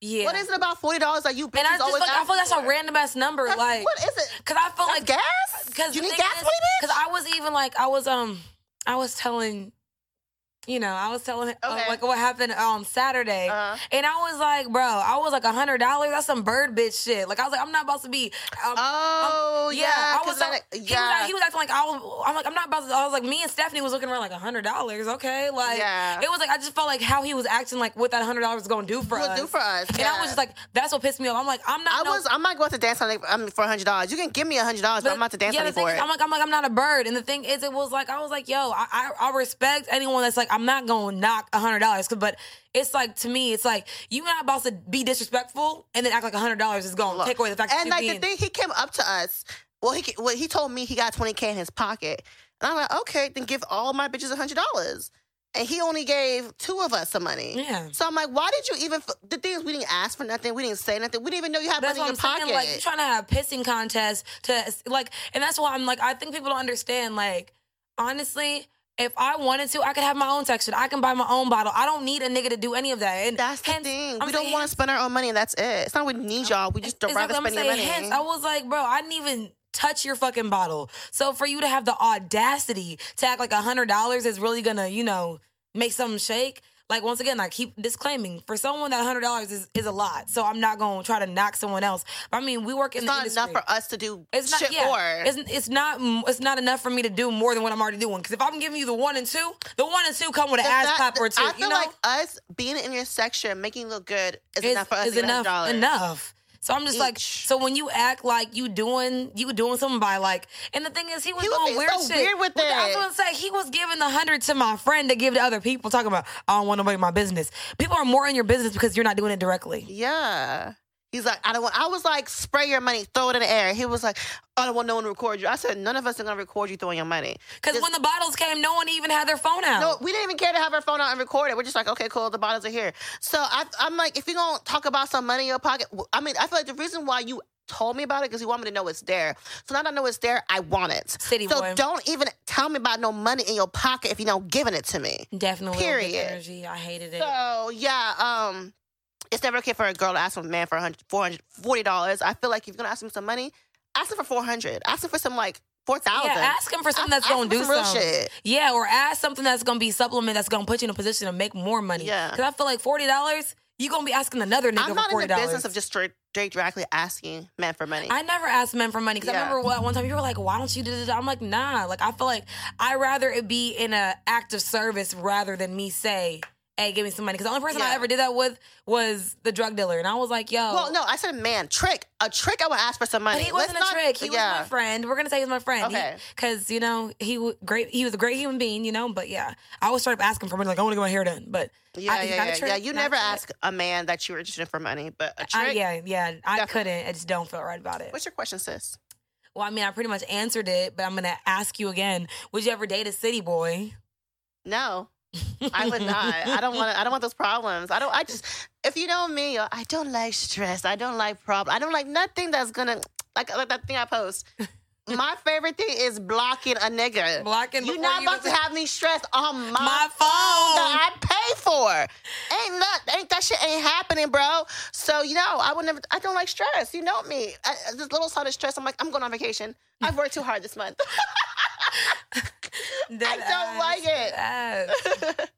yeah.
What is it about forty dollars that you bitches
and I just
always
like I
ask
feel like that's a
for?
random ass number.
That's-
like,
what is it?
cause I feel
That's
like
gas?
Cause
you
the
need
thing
gas
is-
money, bitch.
Cause I was even like, I was um, I was telling, you know, I was telling uh,
Okay.
like what happened on Saturday,
Uh-huh.
and I was like, bro, I was like a hundred dollars. That's some bird bitch shit. Like I was like, I'm not about to be. Um,
oh yeah,
I was.
'cause I
like,
like-
He, was, act- he was acting like I was. I'm like, I'm not about to. I was like, me and Stephanie was looking around like a hundred dollars. Okay, like
Yeah.
it was like I just felt like how he was acting like what that hundred dollars was gonna do for
Will
us.
do for us.
and I
yeah.
was just like, that's what pissed me off. I'm like, I'm not.
I
no-
was. I'm not going to dance on it I mean, for hundred dollars. You can give me hundred dollars, but, I'm not to dance
yeah,
on
the
it
thing
for
is,
it.
I'm like, I'm like, I'm not a bird. And the thing is, it was like, I was like, yo, I, I, I respect anyone that's like, I'm not gonna knock a hundred dollars, 'cause- but it's like to me, it's like you not about to be disrespectful and then act like a hundred dollars is gonna
Look.
take away the fact
and
that
like
you
the thing, he came up to us. Well, he ca- well, he told me he got twenty k in his pocket, and I'm like, okay, then give all my bitches hundred dollars. And he only gave two of us some money.
Yeah.
So I'm like, why did you even? f- The thing is, we didn't ask for nothing. We didn't say nothing. We didn't even know you had
That's
money
what
in
I'm
your pocket.
saying. Like you're trying to have pissing contests to like, and that's why I'm like, I think people don't understand. Like, honestly, if I wanted to, I could have my own section. I can buy my own bottle. I don't need a nigga to do any of that. And
That's the
hence-
thing.
I'm
we
saying
don't want to spend our own money, and that's it. It's not we need y'all. We just don't rather
Exactly,
spend your money.
I'm saying, hence, I was like, bro, I didn't even touch your fucking bottle. So for you to have the audacity to act like a hundred dollars is really gonna, you know, make something shake. Like once again, I keep disclaiming for someone that hundred dollars is, is a lot. So I'm not gonna try to knock someone else. But I mean, we work in
it's
the
not
industry.
enough for us to do
it's not
shit
yeah.
for.
It's, it's not it's not enough for me to do more than what I'm already doing. Because if I'm giving you the one and two, the one and two come with an
If
ass
that-
clap or two.
I feel
you know,
like us being in your section, making you look good, is,
is,
enough for us.
is
to get
enough
$100.
enough. So I'm just like,
Each.
so when you act like you doing, you doing something by like, and the thing is, he was,
He was
doing
being
weird
so
shit.
weird with
But I was
it.
gonna say he was giving the hundred to my friend to give to other people, talking about I don't want nobody in my business. People are more in your business because you're not doing it directly.
Yeah. He's like, I don't want. I was like, spray your money, throw it in the air. He was like, I don't want no one to record you. I said, none of us are gonna record you throwing your money.
Because when the bottles came, no one even had their phone out.
No, we didn't even care to have our phone out and record it. We're just like, okay, cool, the bottles are here. So I, I'm like, if you're gonna talk about some money in your pocket, w- I mean, I feel like the reason why you told me about it because you want me to know it's there. So now that I know it's there, I want it.
City
so
boy.
don't even tell me about no money in your pocket if you're not giving it to me.
Definitely. don't get the
Period.
Energy. I hated it.
So yeah, um, it's never okay for a girl to ask a man for a hundred- $440. I feel like if you're gonna ask him some money, ask him for 400 Ask him for some like 4000
yeah, ask him for something that's
Ask him
gonna
for
do
some real
something.
shit.
Yeah, or ask something that's gonna be supplement that's gonna put you in a position to make more money.
Yeah.
Cause I feel like forty dollars, you gonna be asking another nigga
I'm not
for
in
$40.
the business of just straight, straight directly asking men for money.
I never asked men for money because
Yeah.
I remember what one time you were like, "Why don't you do this?" I'm like, "Nah." Like I feel like I would rather it be in a act of service rather than me say, "Hey, give me some money." Because the only person I
Yeah.
ever did that with was the drug dealer, and I was like, "Yo."
well, no, I said man, trick. A trick I would ask for some money.
But he wasn't
Let's not-
a trick. He was my friend. We're gonna say he's my friend.
Okay.
Because you know he w- great. He was a great human being. You know, but yeah, I always started asking for money. Like I want to get my hair done, but
Yeah,
I, it's
yeah,
not a
yeah,
trick,
yeah. You
not a
never
trick.
ask a man that you were interested in for money, but a trick.
I, yeah, yeah. I
Definitely.
couldn't. I just don't feel right about it.
What's your question, sis?
Well, I mean, I pretty much answered it, but I'm gonna ask you again. Would you ever date a city boy?
No, I would not. I don't want. I don't want those problems. I don't. I just. If you know me, I don't like stress. I don't like problem. I don't like nothing that's gonna like, like that thing I post. My favorite thing is blocking a nigga.
Blocking
You're
before
not
you
about to
even-
have me stressed on my,
my
that
phone.
I pay for. Ain't not, ain't that shit ain't happening, bro. So you know, I would never. I don't like stress. You know me. I, this little side of stress, I'm like, I'm going on vacation. I've worked too hard this month.
Dead
don't like
dead
it.
ass.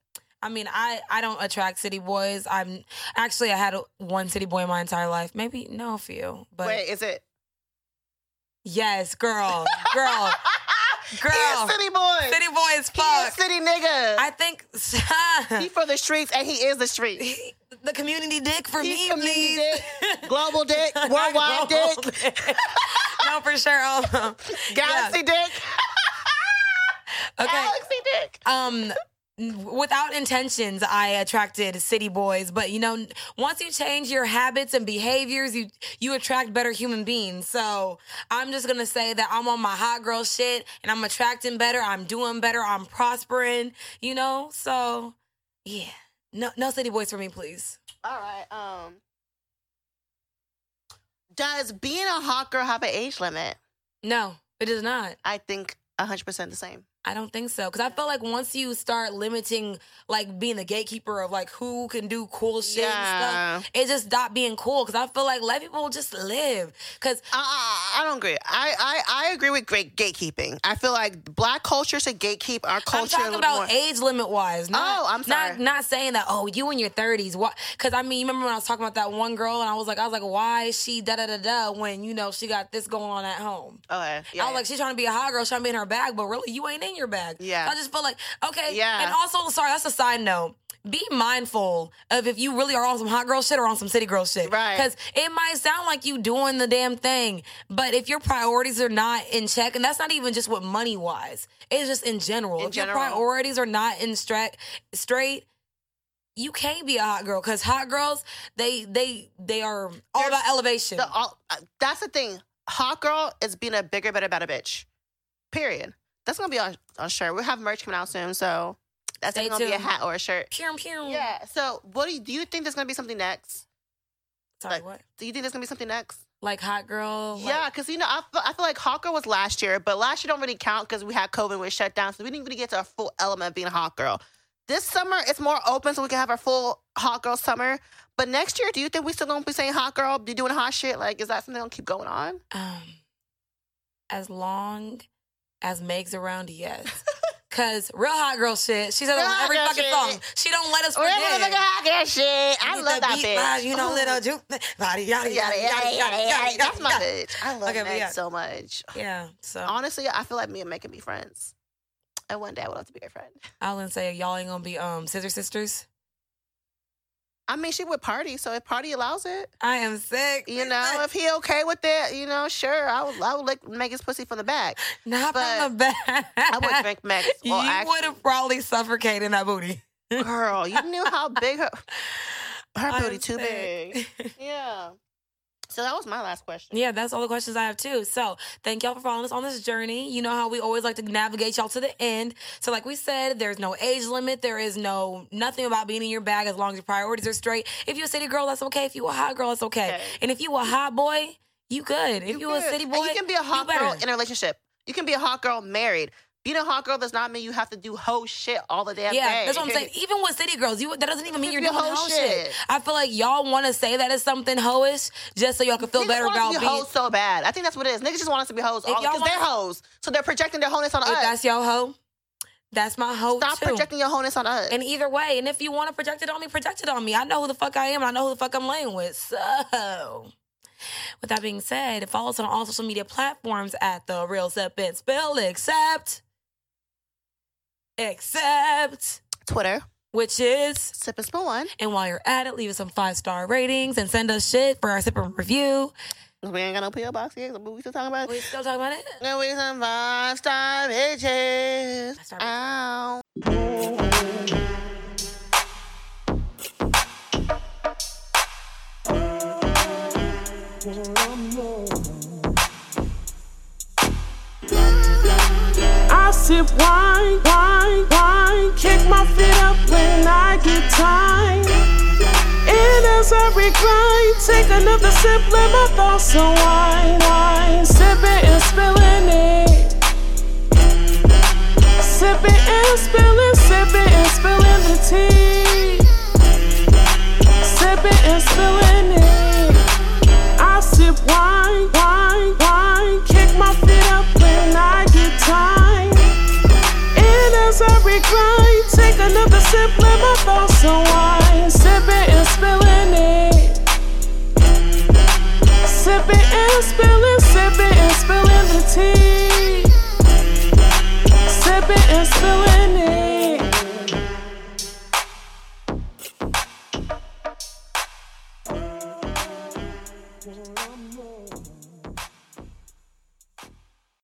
I mean, I I don't attract city boys. I'm actually I had a, one city boy my entire life. Maybe no a few, but
Wait, is it?
yes, girl, girl,
He a
girl.
city boy.
City boy is
He a
fuck.
city nigga.
I think
he from the streets and he is the street.
the community dick for
He
me,
community
please.
dick, global dick, worldwide
Global
dick,
dick. no, for sure. all of them.
galaxy dick,
Okay.
galaxy dick.
um n- without intentions i attracted city boys but you know n- once you change your habits and behaviors you you attract better human beings so i'm just gonna say that i'm on my hot girl shit and i'm attracting better i'm doing better i'm prospering you know so yeah no no city boys for me please
All right. Um, does being a hot girl have an age limit?
no it is not
I think hundred percent the same.
I don't think so. Cause I felt like once you start limiting, like being the gatekeeper of like who can do cool shit
Yeah.
and stuff, it just stopped being cool. Cause I feel like let people just live. Cause
I, I, I don't agree. I, I I agree with great gatekeeping. I feel like black culture should gatekeep our culture.
I'm
a little
talking about
more.
age limit wise. Not,
Oh, I'm sorry.
Not, not saying that. Oh, you in your 30s. What? Because I mean, you remember when I was talking about that one girl and I was like, I was like, why is she da da da da when you know she got this going on at home?
Okay. Yeah,
I was like, she's trying to be a hot girl, she's trying to be in her bag, but really, you ain't in your bag.
Yeah.
So I just feel like, okay.
Yeah.
And also, sorry, that's a side note. Be mindful of if you really are on some hot girl shit or on some city girl shit.
Right.
Because it might sound like you doing the damn thing, but if your priorities are not in check, and that's not even just with money wise, it's just in general.
In
if
general.
your priorities are not in stra- straight, you can't be a hot girl because hot girls, they they they are all
They're-
about elevation.
The all, uh, that's the thing. Hot girl is being a bigger, better, better bitch. Period. That's gonna be on on shirt. We have merch coming out soon, so that's
Stay
either gonna be a
tuned. Mm.
hat or a shirt.
pew pew.
Yeah. So, what do you, do you think there's gonna be something next?
Sorry,
Like-
what?
Do you think there's gonna be something next?
Like hot girl. like-
yeah, because you know, I feel, I feel like hot girl was last year, but last year don't really count because we had COVID, and we shut down, so we didn't really get to our full element of being a hot girl. This summer it's more open, so we can have our full hot girl summer. But next year, do you think we still gonna be saying hot girl, be doing hot shit? Like, is that something gonna keep going on?
Um, as long as Meg's around, yes. Cause real hot girl shit. She said it
Real
on
hot
every
girl
fucking
shit.
song. She don't let us
We're
forget.
gonna look at that shit. I
Get
love
the
that
beat
bitch.
vibes, you know,
Ooh.
little juke. Yada, yada, yada,
Yada, yada, yada, yada. That's my bitch. I love
Okay,
okay,
but yeah. Oh.
so much.
Yeah. So
Honestly, I feel like me and Meg can be friends. And one day I would love to be her friend.
I wouldn't say y'all ain't gonna be um scissor sisters.
I mean, she would party, so if party allows it,
I am sick.
you know, if he okay with it, you know, sure, I would, I would lick Meg his pussy from the back.
not
but
from the back.
I would drink Meg.
You would have probably suffocated in that booty.
girl, you knew how big her her
I
booty
am
too
sick.
big. Yeah. So that was my last question.
Yeah, that's all the questions I have too. So thank y'all for following us on this journey. You know how we always like to navigate y'all to the end. So like we said, there's no age limit. There is no nothing about being in your bag as long as your priorities are straight. If you're a city girl, that's okay. If you a hot girl, that's okay.
Okay.
And if you a hot boy, you good. If you, a
good.
city
And
boy,
you can be a hot
better.
girl in a relationship. You can be a hot girl married. Being a hot girl does not mean you have to do hoe shit all the damn
yeah,
day.
that's what I'm saying. Even with city girls, you that doesn't even mean
Just
you're
be
doing
hoe
whole shit.
shit.
I feel like y'all want to say that as something hoish just so y'all can feel
Niggas
better
want us
about
to be
being.
hoes so bad. I think that's what it is. Niggas just want us to be hoes
If
all
y'all
because they're
want-
hoes, so they're projecting their wholeness on
If
us.
that's your hoe, That's my hope
Stop
too.
projecting your wholeness on us.
and either way, and if you want to project it on me, project it on me. I know who the fuck I am. And I know who the fuck I'm laying with. So, with that being said, follow us on all social media platforms at the Real Sep and Spill, except, except,
Twitter,
which is
sip and spoon one.
And while you're at it, leave us some five star ratings and send us shit for our sip and review.
We ain't got no PO box yet, but we still talking about
We
it.
still talking about it?
And we some five star bitches.
Five-star bitches.
Ow.
I sip wine, wine, wine, kick my feet up when I get tired. It is a regret, take another sip, let my thoughts unwind. Wine, sipping and spilling it. Sipping and spilling, sipping and spilling the tea. Sipping and spilling it. I sip wine, wine, wine, kick my feet up when I get tired. It is a regret, take another sip, let my thoughts unwind. Sipping and spilling it. Sipping and spilling, sipping and spilling the tea. Sipping and spilling it.